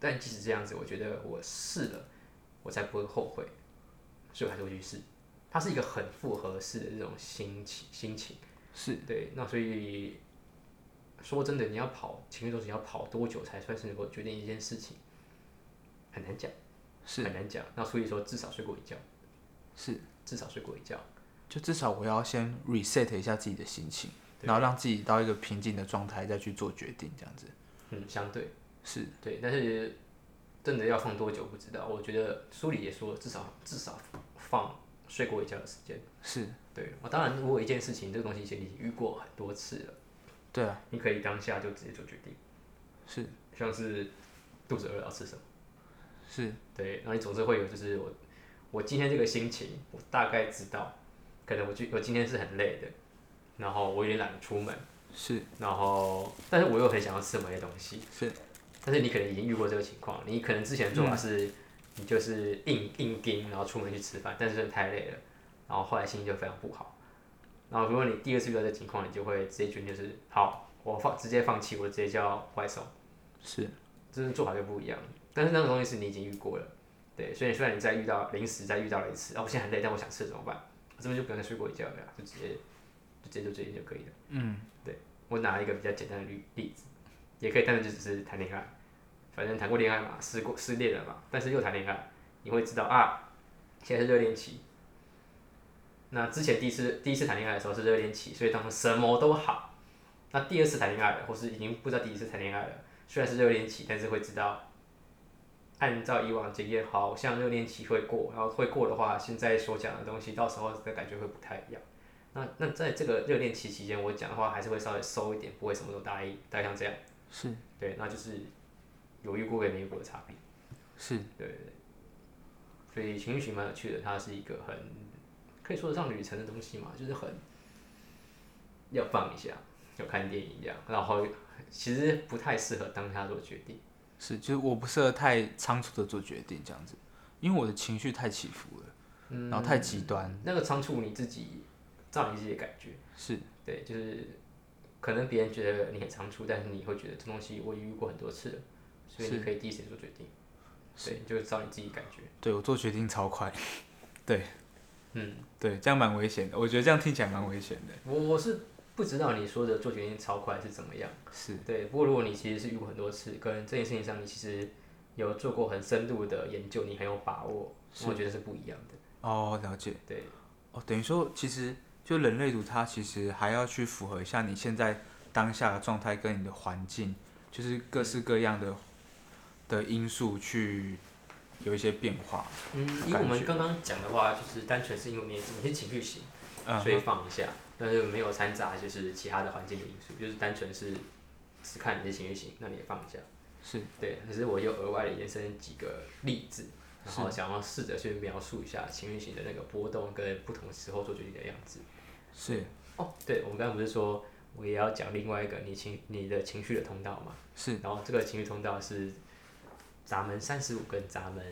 Speaker 5: 但即使这样子，我觉得我试了，我才不会后悔，所以我还是会去试。它是一个很复合式的这种心情心情，
Speaker 2: 是，
Speaker 5: 对。那所以说真的，你要跑情绪中心要跑多久才算是能够决定一件事情，很难讲，
Speaker 2: 是，
Speaker 5: 很难讲。那所以说至少睡过一觉，
Speaker 2: 是。
Speaker 5: 至少睡过一觉。
Speaker 2: 就至少我要先 reset 一下自己的心情，然后让自己到一个平静的状态再去做决定，这样子
Speaker 5: 嗯，相对。
Speaker 2: 是
Speaker 5: 对，但是真的要放多久不知道。我觉得书里也说，至少至少放睡过一觉的时间。
Speaker 2: 是，
Speaker 5: 对，我当然，如果一件事情这个东西，其实你遇过很多次了，
Speaker 2: 对啊，
Speaker 5: 你可以当下就直接做决定，
Speaker 2: 是
Speaker 5: 像是肚子饿要吃什么。
Speaker 2: 是
Speaker 5: 对，然后你总是会有，就是我我今天这个心情，我大概知道，可能我今我今天是很累的，然后我有点懒得出门，
Speaker 2: 是
Speaker 5: 然后但是我又很想要吃某些东西，
Speaker 2: 是
Speaker 5: 但是你可能已经遇过这个情况，你可能之前的做法是，
Speaker 2: 嗯
Speaker 5: 你就是硬硬盯，然后出门去吃饭，但是真的太累了，然后后来心情就非常不好。然后如果你第二次遇到这个情况，你就会直接决定就是，好，我放直接放弃，我直接叫外送，
Speaker 2: 是
Speaker 5: 这是做法就不一样。但是那个东西是你已经遇过了，对，所以虽然你再遇到临时再遇到了一次，啊，我现在很累，但我想吃怎么办？这边就不用再睡过一觉了，就直接就直接就决定就可以了。
Speaker 2: 嗯
Speaker 5: 我拿一个比较简单的例例子，也可以，但是就只是谈恋爱，反正谈过恋爱嘛，失过失恋了嘛，但是又谈恋爱，你会知道啊，现在是热恋期。那之前第一次第一次谈恋爱的时候是热恋期，所以当时什么都好。那第二次谈恋爱了，或是已经不知道第一次谈恋爱了，虽然是热恋期，但是会知道，按照以往经验，好像热恋期会过，然后会过的话，现在所讲的东西，到时候的感觉会不太一样。那那在这个热恋期期间，我讲的话还是会稍微收一点，不会什么都答应，大概像这样。
Speaker 2: 是
Speaker 5: 对，那就是有遇过跟没遇过的差别。
Speaker 2: 是
Speaker 5: 对对对。所以情绪型蛮有趣的，它是一个很可以说得上旅程的东西嘛，就是很要放一下，要看电影这样，然后其实不太适合当下做决定。
Speaker 2: 是，就是我不适合太仓促的做决定这样子，因为我的情绪太起伏了，然后太
Speaker 5: 嗯
Speaker 2: 极端，
Speaker 5: 那个仓促你自己，照你自己的感觉，
Speaker 2: 是
Speaker 5: 对，就是可能别人觉得你很仓促，但是你会觉得这东西我也遇过很多次了，所以你
Speaker 2: 是
Speaker 5: 可以第一时间做决定。对，就是照你自己感觉。
Speaker 2: 对我做决定超快，
Speaker 5: 嗯，
Speaker 2: 对，这样蛮危险的，我觉得这样听起来蛮危险的，
Speaker 5: 我我是不知道你说的做决定超快是怎么样。
Speaker 2: 是
Speaker 5: 对，不过如果你其实是遇过很多次，跟这件事情上你其实有做过很深度的研究，你很有把握，我觉得是不一样的。
Speaker 2: 哦，了解。
Speaker 5: 对，
Speaker 2: 哦，等于说，其实就人类图，它其实还要去符合一下你现在当下的状态跟你的环境，就是各式各样的的因素去有一些变化。
Speaker 5: 嗯，以
Speaker 2: 感
Speaker 5: 我们
Speaker 2: 觉
Speaker 5: 刚刚讲的话，就是单纯是因为你你是情绪型，
Speaker 2: 嗯
Speaker 5: 所以放一下，但是没有掺杂就是其他的环境的因素，就是单纯是只看你的情绪型，那你也放一下。
Speaker 2: 是
Speaker 5: 对，可是我又额外的延伸几个例子，然后想要试着去描述一下情绪型的那个波动跟不同时候做决定的样子。
Speaker 2: 是
Speaker 5: 哦，对，我们刚刚不是说我也要讲另外一个你情你的情绪的通道嘛？
Speaker 2: 是
Speaker 5: 然后这个情绪通道是闸门三十五跟闸门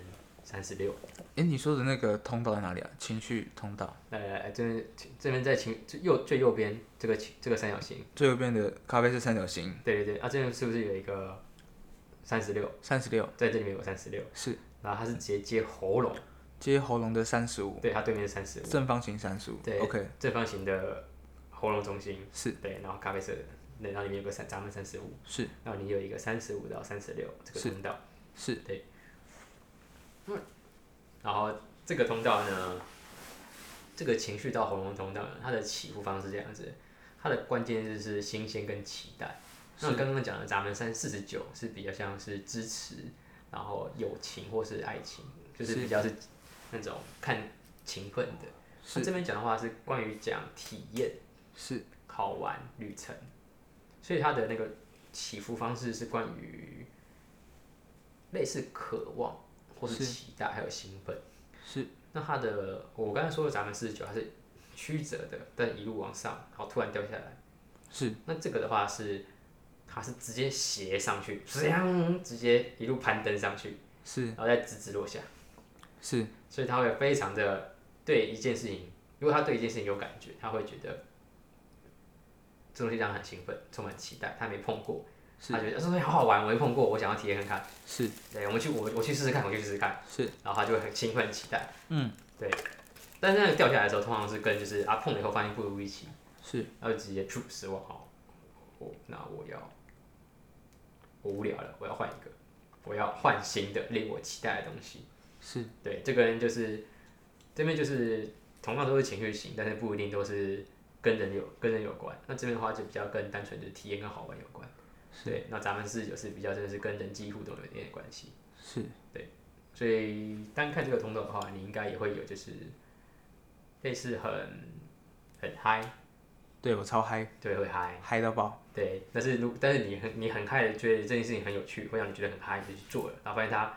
Speaker 5: 三十六。
Speaker 2: 哎，你说的那个通道在哪里啊？情绪通道
Speaker 5: 来来呃来，这边这边在情最右最右边这个情这个三角形，
Speaker 2: 最右边的咖啡是三角形，
Speaker 5: 对对对，啊，这边是不是有一个三十六？
Speaker 2: 三十六
Speaker 5: 在这里面有三十六，
Speaker 2: 是
Speaker 5: 然后它是直接接喉咙，
Speaker 2: 接喉咙的三十五，
Speaker 5: 对，它对面是三十五，
Speaker 2: 正方形三十五
Speaker 5: 对。
Speaker 2: OK，
Speaker 5: 正方形的喉咙中心，
Speaker 2: 是
Speaker 5: 对，然后咖啡色的，对然后里面有个三闸门三十五，
Speaker 2: 是
Speaker 5: 然后你有一个三十五到三十六这个
Speaker 2: 是
Speaker 5: 通道。
Speaker 2: 是
Speaker 5: 然后这个通道呢，这个情绪到喉咙通道呢，它的起伏方式这样子，它的关键字是新鲜跟期待。那我刚刚讲的咱们三四十九是比较像是支持，然后友情或是爱情，就是
Speaker 2: 是
Speaker 5: 比较是那种看情分的。
Speaker 2: 是
Speaker 5: 那这边讲的话是关于讲体验、
Speaker 2: 是
Speaker 5: 好玩、旅程，所以它的那个起伏方式是关于类似渴望或是
Speaker 2: 是
Speaker 5: 期待，还有兴奋。
Speaker 2: 是
Speaker 5: 那它的我刚才说的咱们四十九，它是曲折的，但一路往上，然后突然掉下来。
Speaker 2: 是
Speaker 5: 那这个的话是，它是直接斜上去，这样直接一路攀登上去，
Speaker 2: 是
Speaker 5: 然后再直直落下。
Speaker 2: 是
Speaker 5: 所以他会非常的对一件事情，如果他对一件事情有感觉，他会觉得这东西让他很兴奋，充满期待，他没碰过，
Speaker 2: 是
Speaker 5: 他觉得呃这东西好好玩，我没碰过，我想要体验看看。
Speaker 2: 是
Speaker 5: 对，我们去我我去试试看，我去试试看。
Speaker 2: 是
Speaker 5: 然后他就会很兴奋、很期待。
Speaker 2: 嗯，
Speaker 5: 对。但是那个掉下来的时候，通常是跟就是啊碰了以后发现不如预期，
Speaker 2: 是
Speaker 5: 然后直接出失望哦。我那我要我无聊了，我要换一个，我要换新的令我期待的东西。
Speaker 2: 是
Speaker 5: 对，这个人就是这边就是同样都是情绪型，但是不一定都是跟人有跟人有关。那这边的话就比较跟单纯就是体验跟好玩有关。对，那咱们是就是比较真的是跟人际互动有一点点关系。
Speaker 2: 是
Speaker 5: 所以单看这个通道的话，你应该也会有就是类似很很嗨，
Speaker 2: 对我超嗨，
Speaker 5: 对，会嗨，
Speaker 2: 嗨到爆，
Speaker 5: 对。但是如但是你很你很嗨的觉得这件事情很有趣，会让你觉得很嗨，你就去做了，然后发现它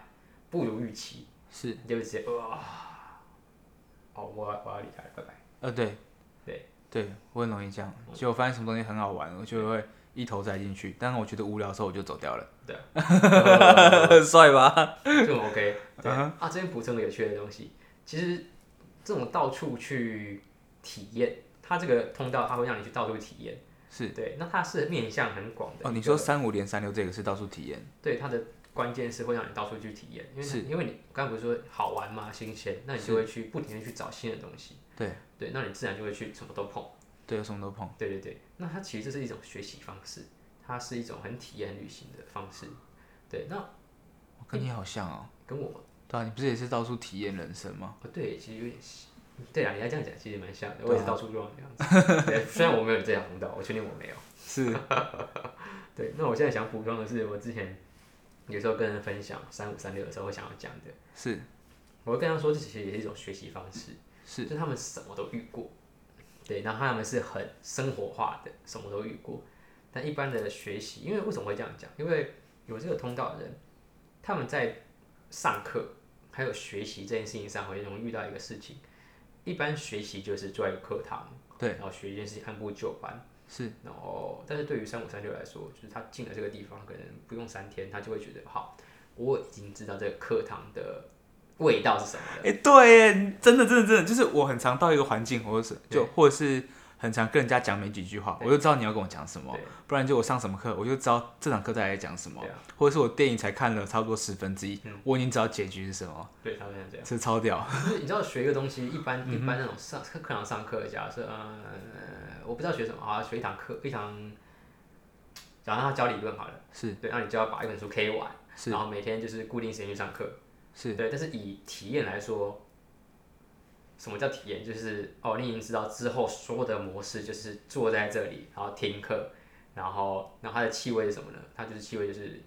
Speaker 5: 不如预期，
Speaker 2: 是
Speaker 5: 你就会直接哇，哦，我要我要离开了，拜拜。
Speaker 2: 呃，对，
Speaker 5: 对，嗯
Speaker 2: 对我很容易这样。结果发现什么东西很好玩，我就会一头栽进去。但是我觉得无聊的时候，我就走掉了，
Speaker 5: 对啊， 呃
Speaker 2: 很帅吧？
Speaker 5: 这种 OK
Speaker 2: 嗯
Speaker 5: 对。啊，这边补充个有趣的东西，其实这种到处去体验，它这个通道它会让你去到处体验，
Speaker 2: 是
Speaker 5: 对。那它是面向很广的。
Speaker 2: 哦，你说三五连三六这个是到处体验，
Speaker 5: 对它的关键是会让你到处去体验，因为
Speaker 2: 是
Speaker 5: 因为你刚才不是说好玩嘛，新鲜，那你就会去不停的去找新的东西。
Speaker 2: 对
Speaker 5: 对，那你自然就会去什么都碰。
Speaker 2: 对，什么都碰，
Speaker 5: 对对对，那它其实这是一种学习方式，它是一种很体验旅行的方式。对，那
Speaker 2: 我跟你好像哦。
Speaker 5: 跟我
Speaker 2: 对啊，你不是也是到处体验人生吗？
Speaker 5: 哦，对，其实有点像。对啊，你要这样讲，其实蛮像的。我也是到处乱这样子。 对，虽然我没有你这条红道，我确定我没有。
Speaker 2: 是
Speaker 5: 对，那我现在想补充的是，我之前有时候跟人分享三五三六的时候，会想要讲的，
Speaker 2: 是
Speaker 5: 我会跟他说，这其实也是一种学习方式，
Speaker 2: 是
Speaker 5: 就他们什么都遇过。对，然后他们是很生活化的，什么都遇过。但一般的学习，因为为什么会这样讲？因为有这个通道的人，他们在上课还有学习这件事情上，会容易遇到一个事情。一般学习就是坐在一个课堂，
Speaker 2: 对
Speaker 5: 然后学一件事情按部就班。
Speaker 2: 是
Speaker 5: 然后，但是对于三五三六来说，就是他进了这个地方，可能不用三天，他就会觉得好，我已经知道这个课堂的味道是什么了。
Speaker 2: 哎、对耶，真的，真的，真的，就是我很常到一个环境，或者是就或者是很常跟人家讲没几句话，我就知道你要跟我讲什么
Speaker 5: 对，
Speaker 2: 不然就我上什么课，我就知道这堂课大概在讲什么
Speaker 5: 对啊，
Speaker 2: 或者是我电影才看了差不多十分之一，我已经知道结局是什么，
Speaker 5: 对，他们像这样。
Speaker 2: 这超屌。
Speaker 5: 就是你知道学一个东西，一
Speaker 2: 嗯
Speaker 5: 般一般那种上课堂上课，假设呃，我不知道学什么啊，学一堂课一堂，假如他教理论好了，
Speaker 2: 是
Speaker 5: 对，那你就要把一本书 K 完，
Speaker 2: 是
Speaker 5: 然后每天就是固定时间去上课，
Speaker 2: 是，
Speaker 5: 对。但是以体验来说，什么叫体验？就是哦，你已经知道之后所有的模式就是坐在这里，然后听课，然后然后它的气味是什么呢？它就是气味就是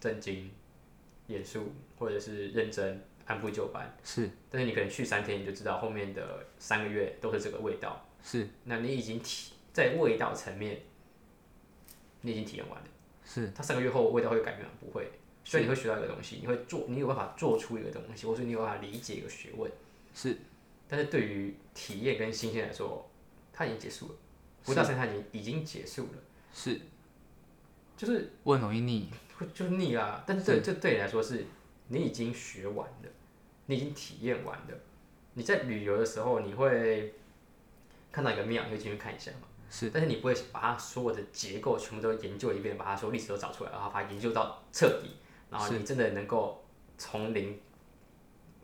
Speaker 5: 震惊、严肃或者是认真、按部就班。
Speaker 2: 是
Speaker 5: 但是你可能去三天，你就知道后面的三个月都是这个味道。
Speaker 2: 是
Speaker 5: 那你已经体在味道层面，你已经体验完了。
Speaker 2: 是
Speaker 5: 它三个月后味道会改变吗？不会。所以你会学到一个东西，你会做，你有办法做出一个东西，或者说你有办法理解一个学问。
Speaker 2: 是
Speaker 5: 但是对于体验跟新鲜来说，它已经结束了。不到三天它已经已经结束了，
Speaker 2: 是，
Speaker 5: 就是
Speaker 2: 我很容易腻。
Speaker 5: 会就腻啦。但是这这对你来说是，你已经学完了，你已经体验完了。你在旅游的时候，你会看到一个庙，你会进去看一下嘛？
Speaker 2: 是，
Speaker 5: 但是你不会把它所有的结构全部都研究一遍，把它所有历史都找出来，然后把它研究到彻底，然后你真的能够从零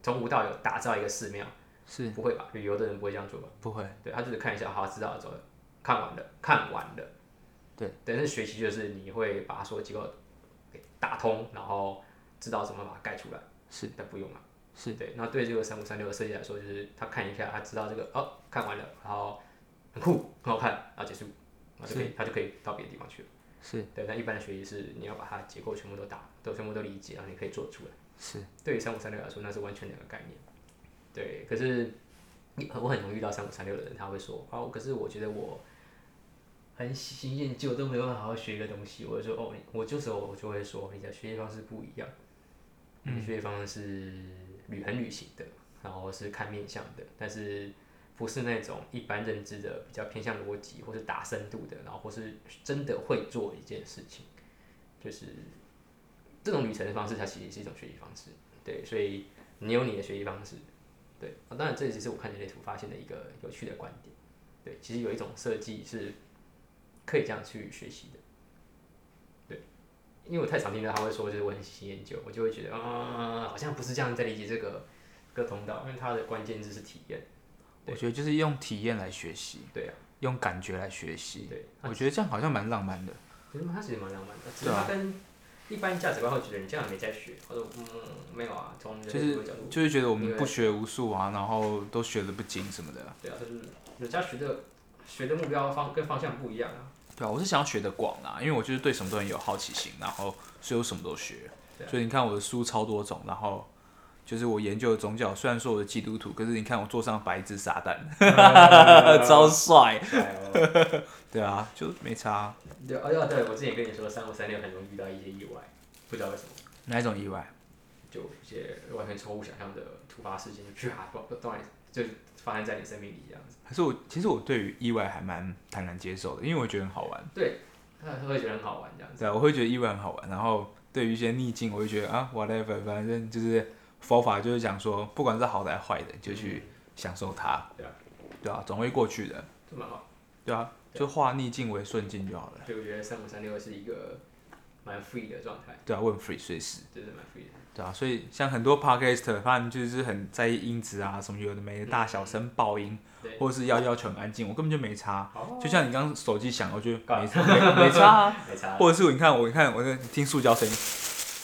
Speaker 5: 从无到有打造一个寺庙，
Speaker 2: 是
Speaker 5: 不会吧？旅游的人不会这样做吧？
Speaker 2: 不会，
Speaker 5: 对他就是看一下，好，知道了，走了，看完了，看完了。
Speaker 2: 对，
Speaker 5: 但是学习就是你会把所有机构给打通，然后知道怎么把它盖出来。
Speaker 2: 是，
Speaker 5: 但不用啊。
Speaker 2: 是
Speaker 5: 对，那对这个三五三六的设计来说，就是他看一下，他知道这个哦，看完了，然后很酷，很好看，然后结束，然后就可以他就可以到别的地方去了。
Speaker 2: 是
Speaker 5: 对，但一般的学习是你要把它的结构全部都打，都全部都理解，然后你可以做出来。
Speaker 2: 是
Speaker 5: 对于三五三六来说，那是完全两个概念。对，可是你我很容易遇到三五三六的人，他会说啊，可是我觉得我很喜新厌旧，都没有办法好好学一个东西。我就说哦，你我这时候我就会说，你的学习方式不一样，你的学习方式是旅很旅行的，然后是看面向的，但是。不是那种一般认知的比较偏向逻辑或是打深度的，然后或是真的会做一件事情，就是这种旅程的方式，它其实是一种学习方式。对，所以你有你的学习方式，对，啊、当然这也是我看人类图发现的一个有趣的观点。对，其实有一种设计是可以这样去学习的。对，因为我太常听到他会说，就是我很喜新厌旧，我就会觉得啊、好像不是这样在理解这个这个通道，因为它的关键字是体验。
Speaker 2: 我觉得就是用体验来学习，
Speaker 5: 对啊，
Speaker 2: 用感觉来学习，
Speaker 5: 对，
Speaker 2: 我觉得这样好像蛮浪漫的。
Speaker 5: 可是它其实蛮浪漫的，只是
Speaker 2: 对啊
Speaker 5: 它跟一般价值观会觉得你这样没在学。我说嗯，没有啊，从人类图的角度。
Speaker 2: 就是觉得我
Speaker 5: 因
Speaker 2: 们
Speaker 5: 为
Speaker 2: 不学无术啊，然后都学的不精什么的。
Speaker 5: 对啊，就是人家学的学的目标方跟方向不一样啊。
Speaker 2: 对啊，我是想要学的广啦，因为我就是对什么都很有好奇心，然后所以我什么都学。
Speaker 5: 对啊
Speaker 2: 所以你看我的书超多种，然后就是我研究的宗教，虽然说我是基督徒，可是你看我坐上白字撒旦， 超帅。 对啊，就没差。
Speaker 5: 对，哦对啊对，我之前跟你说三五三六很容易遇到一些意外，不知道为什么，
Speaker 2: 哪一种意外？
Speaker 5: 就有一些完全超乎想象的突发事件，就去啊，不突然就发生在你生命里这样子。
Speaker 2: 可是我其实我对于意外还蛮坦然接受的，因为我觉得很好玩。
Speaker 5: 对，他会觉得很好玩这样子。
Speaker 2: 对啊，我会觉得意外很好玩。然后对于一些逆境，我会觉得啊，whatever，反正就是佛法就是讲说，不管是好的还是坏的，你就去
Speaker 5: 嗯
Speaker 2: 享受它。
Speaker 5: 对啊，
Speaker 2: 对啊，总会过去的。
Speaker 5: 这蛮好。
Speaker 2: 对啊，就化逆境为顺境就好了。
Speaker 5: 所以我觉得三五三六是一个蛮 free 的状态，
Speaker 2: 对啊，问 free 随时。
Speaker 5: 真的蛮 free 的。
Speaker 2: 对啊，所以像很多 podcast，他们就是很在意音质啊，什么有的没的，大小声、爆音，
Speaker 5: 嗯对
Speaker 2: 或者是要要求很安静，我根本就没差。
Speaker 5: 哦
Speaker 2: 就像你刚刚手机响，我觉得
Speaker 5: 干
Speaker 2: 没差， 没没差啊。
Speaker 5: 没差啦。
Speaker 2: 或者是我你看我你看我在听塑胶声音，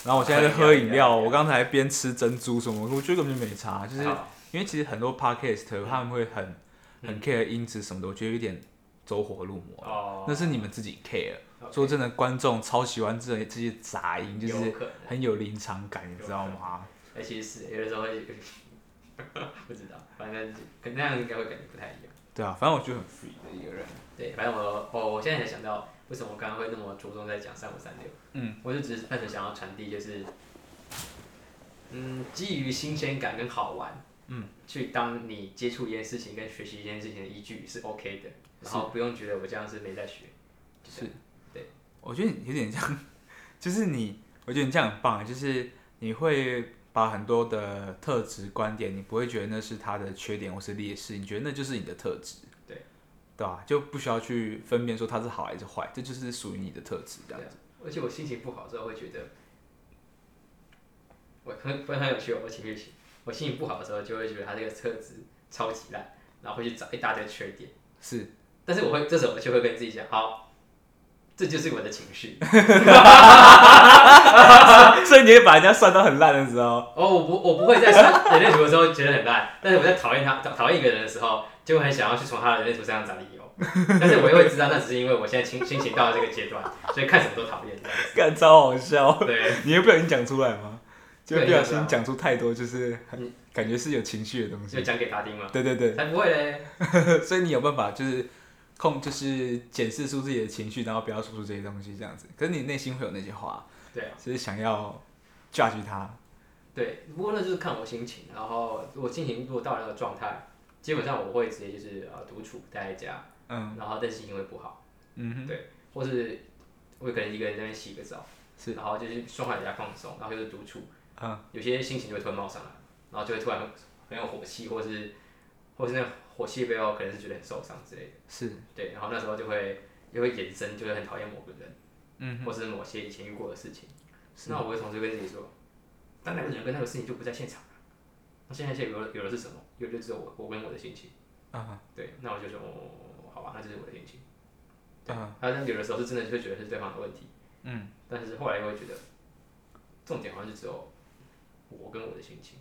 Speaker 2: 然后我现在在喝饮料，
Speaker 5: 喝饮料
Speaker 2: 我刚才边吃珍珠什么，我觉得根本就没差，就是
Speaker 5: 好嗯
Speaker 2: 因为其实很多 podcast 他们会很很 care 音质什么的，我觉得有点走火入魔，啊
Speaker 5: 哦，
Speaker 2: 那是你们自己 care。
Speaker 5: OK
Speaker 2: 说真的，观众超喜欢这这些杂音，就
Speaker 5: 有
Speaker 2: 是
Speaker 5: 可能
Speaker 2: 很有临场感，你知道吗？
Speaker 5: 哎，其实是有的时候会， 不知道，反正可能那样应该会感觉不太一样。
Speaker 2: 对啊，反正我就很 free 的一个人。
Speaker 5: 对，反正我哦我我现在才想到，为什么我刚刚会那么着重在讲三五三六。
Speaker 2: 嗯，
Speaker 5: 我就只是单纯想要传递，就是，嗯，基于新鲜感跟好玩，
Speaker 2: 嗯，
Speaker 5: 去当你接触一件事情跟学习一件事情的依据是 OK 的，然后不用觉得我这样是没在学。是，
Speaker 2: 我觉得你有点像，就是你，我觉得你这样很棒，啊就是你会把很多的特质观点，你不会觉得那是他的缺点或是劣势，你觉得那就是你的特质，
Speaker 5: 对，
Speaker 2: 对吧、就不需要去分辨说他是好还是坏，这就是属于你的特质，这样子。
Speaker 5: 而且我心情不好之后会觉得，我很非常有趣哦，我情绪，我心情不好的时候就会觉得他这个车子超级烂，然后会去找一大堆缺点，
Speaker 2: 是，
Speaker 5: 但是我会这时候我就会跟自己讲，好，这就是我的情绪。
Speaker 2: 所以你会把人家算到很烂的时候，
Speaker 5: 哦，我不我不会在算人类图的时候觉得很烂，但是我在讨厌他讨讨厌一个人的时候，就会很想要去从他的人类图身上找理由。但是我又会知道，那只是因为我现在心心情到了这个阶段，所以看什么都讨厌这样子。
Speaker 2: 干超好笑。
Speaker 5: 对，
Speaker 2: 你会不小心讲出来吗？就
Speaker 5: 对
Speaker 2: 不小
Speaker 5: 对
Speaker 2: 心
Speaker 5: 啊
Speaker 2: 讲出太多，就是很
Speaker 5: 嗯
Speaker 2: 感觉是有情绪的东
Speaker 5: 就
Speaker 2: 西。
Speaker 5: 讲给他听嘛。
Speaker 2: 对对对，
Speaker 5: 才不会嘞！
Speaker 2: 所以你有办法就是控，就是检视出自己的情绪，然后不要说出这些东西，这样子。可是你内心会有那些话，
Speaker 5: 对啊，
Speaker 2: 就是想要 judge 他。
Speaker 5: 对，不过那就是看我心情，然后我心情如果到了那个状态，基本上我会直接就是呃独处待在家，
Speaker 2: 嗯
Speaker 5: 然后但心情会不好，
Speaker 2: 嗯哼，
Speaker 5: 或是我可能一个人在那边洗个澡，
Speaker 2: 是
Speaker 5: 然后就是双管在家放松，然后就是独处，
Speaker 2: 嗯，
Speaker 5: 有些心情就会突然冒上来，然后就会突然很有火气，或是或是那火气背后可能是觉得很受伤之类的，
Speaker 2: 是，
Speaker 5: 对，然后那时候就会也会延伸，就会很讨厌某个人，
Speaker 2: 嗯哼，
Speaker 5: 或是某些以前遇过的事情，那我会同时跟自己说，但那个人跟那个事情就不在现场了那现在现在有的有的是什么？有的只有我我跟我的心情，
Speaker 2: 嗯
Speaker 5: 对，那我就说哦，好吧，那就是我的心情。对，
Speaker 2: 嗯
Speaker 5: 那但有的时候是真的就会觉得是对方的问题，
Speaker 2: 嗯，
Speaker 5: 但是后来又会觉得，重点好像就只有我跟我的心情，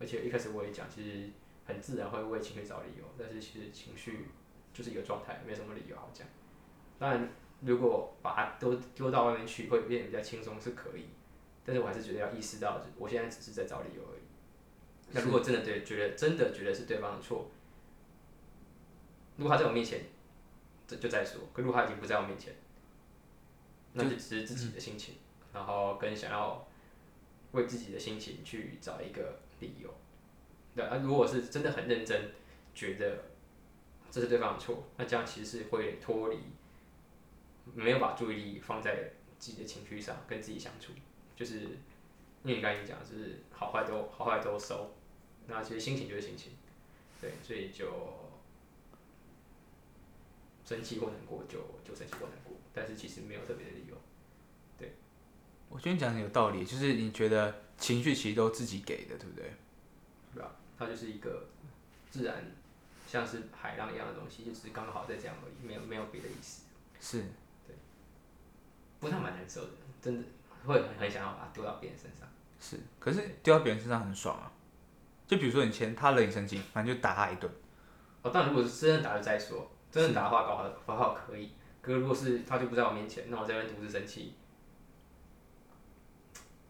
Speaker 5: 而且一开始我也讲，其实很自然会为情绪找理由，但是其实情绪就是一个状态，没什么理由好讲。当然，如果把它都丢到外面去，会变得比较轻松是可以，但是我还是觉得要意识到，我现在只是在找理由而已。那如果真的对觉得真的觉得是对方的错，如果他在我面前，这就再说；，可如果他已经不在我面前，那就只是自己的心情，然后跟想要为自己的心情去找一个理由。对啊，如果是真的很认真，觉得这是对方的错，那这样其实是会有点脱离，没有把注意力放在自己的情绪上，跟自己相处，就是因为你刚才讲，就是好坏都好坏都收，那其实心情就是心情，对，所以就生气或难过就就生气或难过，但是其实没有特别的理由。
Speaker 2: 我觉得你讲的有道理，就是你觉得情绪其实都自己给的，对不对？
Speaker 5: 对吧？它就是一个自然，像是海浪一样的东西，就只是刚好在这样而已，没有没有别的意思。
Speaker 2: 是，
Speaker 5: 不太蛮难受的，真的会很很想要把它丢到别人身上。
Speaker 2: 是，可是丢到别人身上很爽啊。就比如说你前他惹你生气，反正就打他一顿。
Speaker 5: 哦，但如果是真的打了再说，真的打的话搞好搞好可以。可是如果是他就不在我面前，那我在那边独自生气。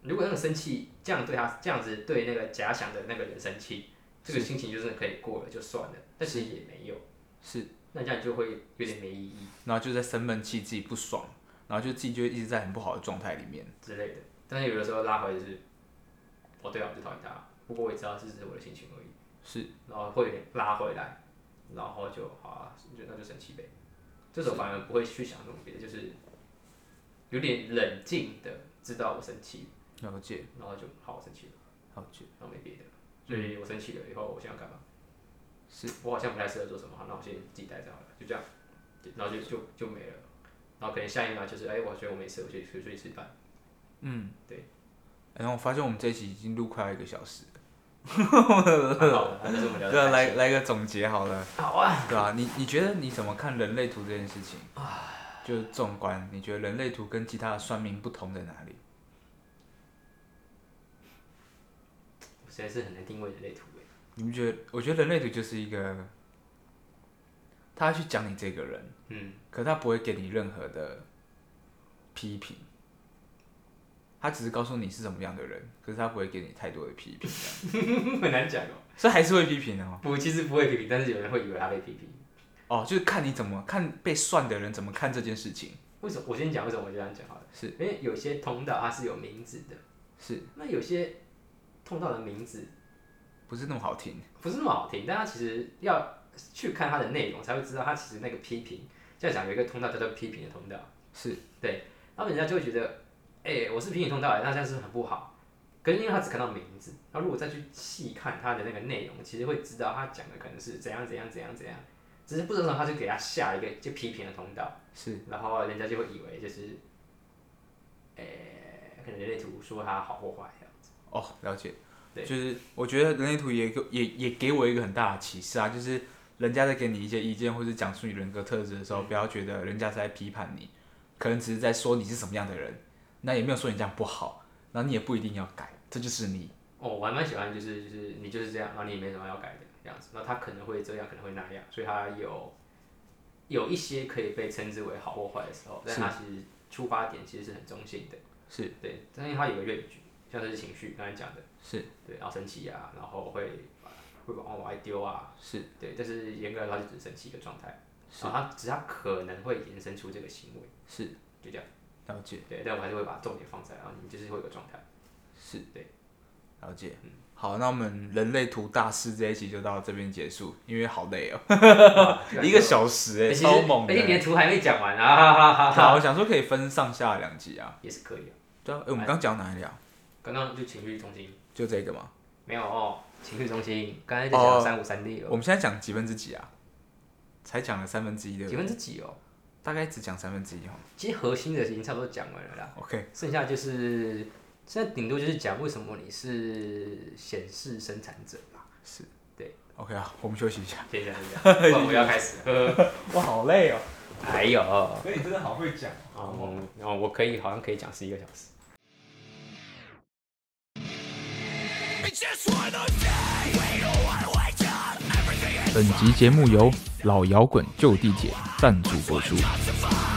Speaker 5: 如果那个生气这样对他这样子对那个假想的那个人生气，这个心情就是可以过了就算了，但其实也没有，
Speaker 2: 是，
Speaker 5: 那这样就会有点没意义。
Speaker 2: 然后就在生闷气，自己不爽，然后就自己就一直在很不好的状态里面。
Speaker 5: 之类的。但是有的时候拉回就是，哦对啊，我就讨厌他，不过我也知道这只是我的心情而已，
Speaker 2: 是，
Speaker 5: 然后会有点拉回来，然后就好啊，就那就生气呗。这时候反而不会去想那么别的，就是有点冷静的知道我生气，
Speaker 2: 了解，
Speaker 5: 然后就好，我生气了，
Speaker 2: 了解。
Speaker 5: 然后没别的。所以我生气了以后，我现在要干嘛？
Speaker 2: 是
Speaker 5: 我好像不太适合做什么，好，那我先自己待着好了，就这样，然后就就就没了。然后可能下一秒就是，哎、我觉得我没事，我去出去吃饭。
Speaker 2: 嗯，
Speaker 5: 对
Speaker 2: 哎。然后我发现我们这一期已经录快要一个小时了，
Speaker 5: 蛮好 的，但是我们聊
Speaker 2: 对啊，
Speaker 5: 得开
Speaker 2: 来
Speaker 5: 心
Speaker 2: 来个总结好了，
Speaker 5: 好啊，
Speaker 2: 对啊，你你觉得你怎么看人类图这件事情？就是纵观，你觉得人类图跟其他的算命不同在哪里？
Speaker 5: 我实在是很难定位人类图诶。
Speaker 2: 你们觉得？我觉得人类图就是一个，他去讲你这个人，
Speaker 5: 嗯，
Speaker 2: 可他不会给你任何的批评，他只是告诉你是什么样的人，可是他不会给你太多的批评，这样
Speaker 5: 很难讲哦。
Speaker 2: 所以还是会批评哦。
Speaker 5: 我其实不会批评，但是有人会以为他被批评。
Speaker 2: 哦，就是看你怎么看被算的人怎么看这件事情。
Speaker 5: 为什么？我先讲为什么我这样讲好了。
Speaker 2: 是
Speaker 5: 因为有些通道它是有名字的，
Speaker 2: 是
Speaker 5: 那有些通道的名字
Speaker 2: 不是那么好听？
Speaker 5: 不是那么好听，但它其实要去看它的内容才会知道，它其实那个批评教讲有一个通道叫做批评的通道，
Speaker 2: 是
Speaker 5: 对，然后人家就会觉得，哎、我是批评通道，那这样是不是很不好。可是因为他只看到名字，然后如果再去细看他的那个内容，其实会知道他讲的可能是怎样怎样怎样怎样，只是不知道他就给他下一个就批评的通道。
Speaker 2: 是，
Speaker 5: 然后人家就会以为就是，诶、可能人类图说它好或坏这样子。
Speaker 2: 哦，了解。
Speaker 5: 对
Speaker 2: 就是我觉得人类图也给也也给我一个很大的启示啊，就是人家在给你一些意见或者讲述你人格特质的时候，不要觉得人家是在批判你，可能只是在说你是什么样的人，那也没有说你这样不好，然后你也不一定要改，这就是你。
Speaker 5: 哦，我还蛮喜欢，就是就是你就是这样，然后你也没什么要改的这样子。那他可能会这样，可能会那样，所以他有有一些可以被称之为好或坏的时候，但
Speaker 2: 是
Speaker 5: 他其实出发点其实是很中性的。
Speaker 2: 是
Speaker 5: 对，但是他有个愿景，像是情绪刚才讲的，
Speaker 2: 是
Speaker 5: 对，然后生气啊，然后会把会把往外丢啊，
Speaker 2: 是
Speaker 5: 对，但是严格来说，它就只是生气的状态。
Speaker 2: 是
Speaker 5: 然后他只是他可能会延伸出这个行为，
Speaker 2: 是，
Speaker 5: 就这样。
Speaker 2: 了解
Speaker 5: 对，但我还是会把重点放在，然后你就是会有个状态。
Speaker 2: 是，
Speaker 5: 对，
Speaker 2: 了解。好，那我们人类图大师这一期就到这边结束，因为好累哦， 一个小时哎、
Speaker 5: 欸
Speaker 2: 超猛的、
Speaker 5: 而且你的
Speaker 2: 欸。
Speaker 5: 图还没讲完啊！哈哈哈哈
Speaker 2: 好，我想说可以分上下两集啊。
Speaker 5: 也是可以啊。
Speaker 2: 对啊，哎、我们刚讲哪里啊？
Speaker 5: 刚刚就情绪中心
Speaker 2: 就这个嘛。
Speaker 5: 没有哦，情绪中心刚才在讲
Speaker 2: 哦
Speaker 5: 三五三六，
Speaker 2: 我们现在讲几分之几啊？才讲了三分之一对不
Speaker 5: 几
Speaker 2: 对？
Speaker 5: 分之几哦？
Speaker 2: 大概只讲三分之一哈。
Speaker 5: 其实核心的已经差不多讲完了啦，
Speaker 2: OK，
Speaker 5: 剩下就是现在顶多就是讲为什么你是显示生产者吧。
Speaker 2: OK 啊，我们休息一下。
Speaker 5: 谢谢大家，不然我要开始。
Speaker 2: 我好累哦。
Speaker 5: 还有
Speaker 2: 所以你真的好会讲。
Speaker 5: 哦，然后我可以好像可以讲十一个小时。
Speaker 1: It's just one of those days. We don't wanna wake up. Everything is
Speaker 2: 本集节目由老摇滚就地解赞助播出。
Speaker 1: justified.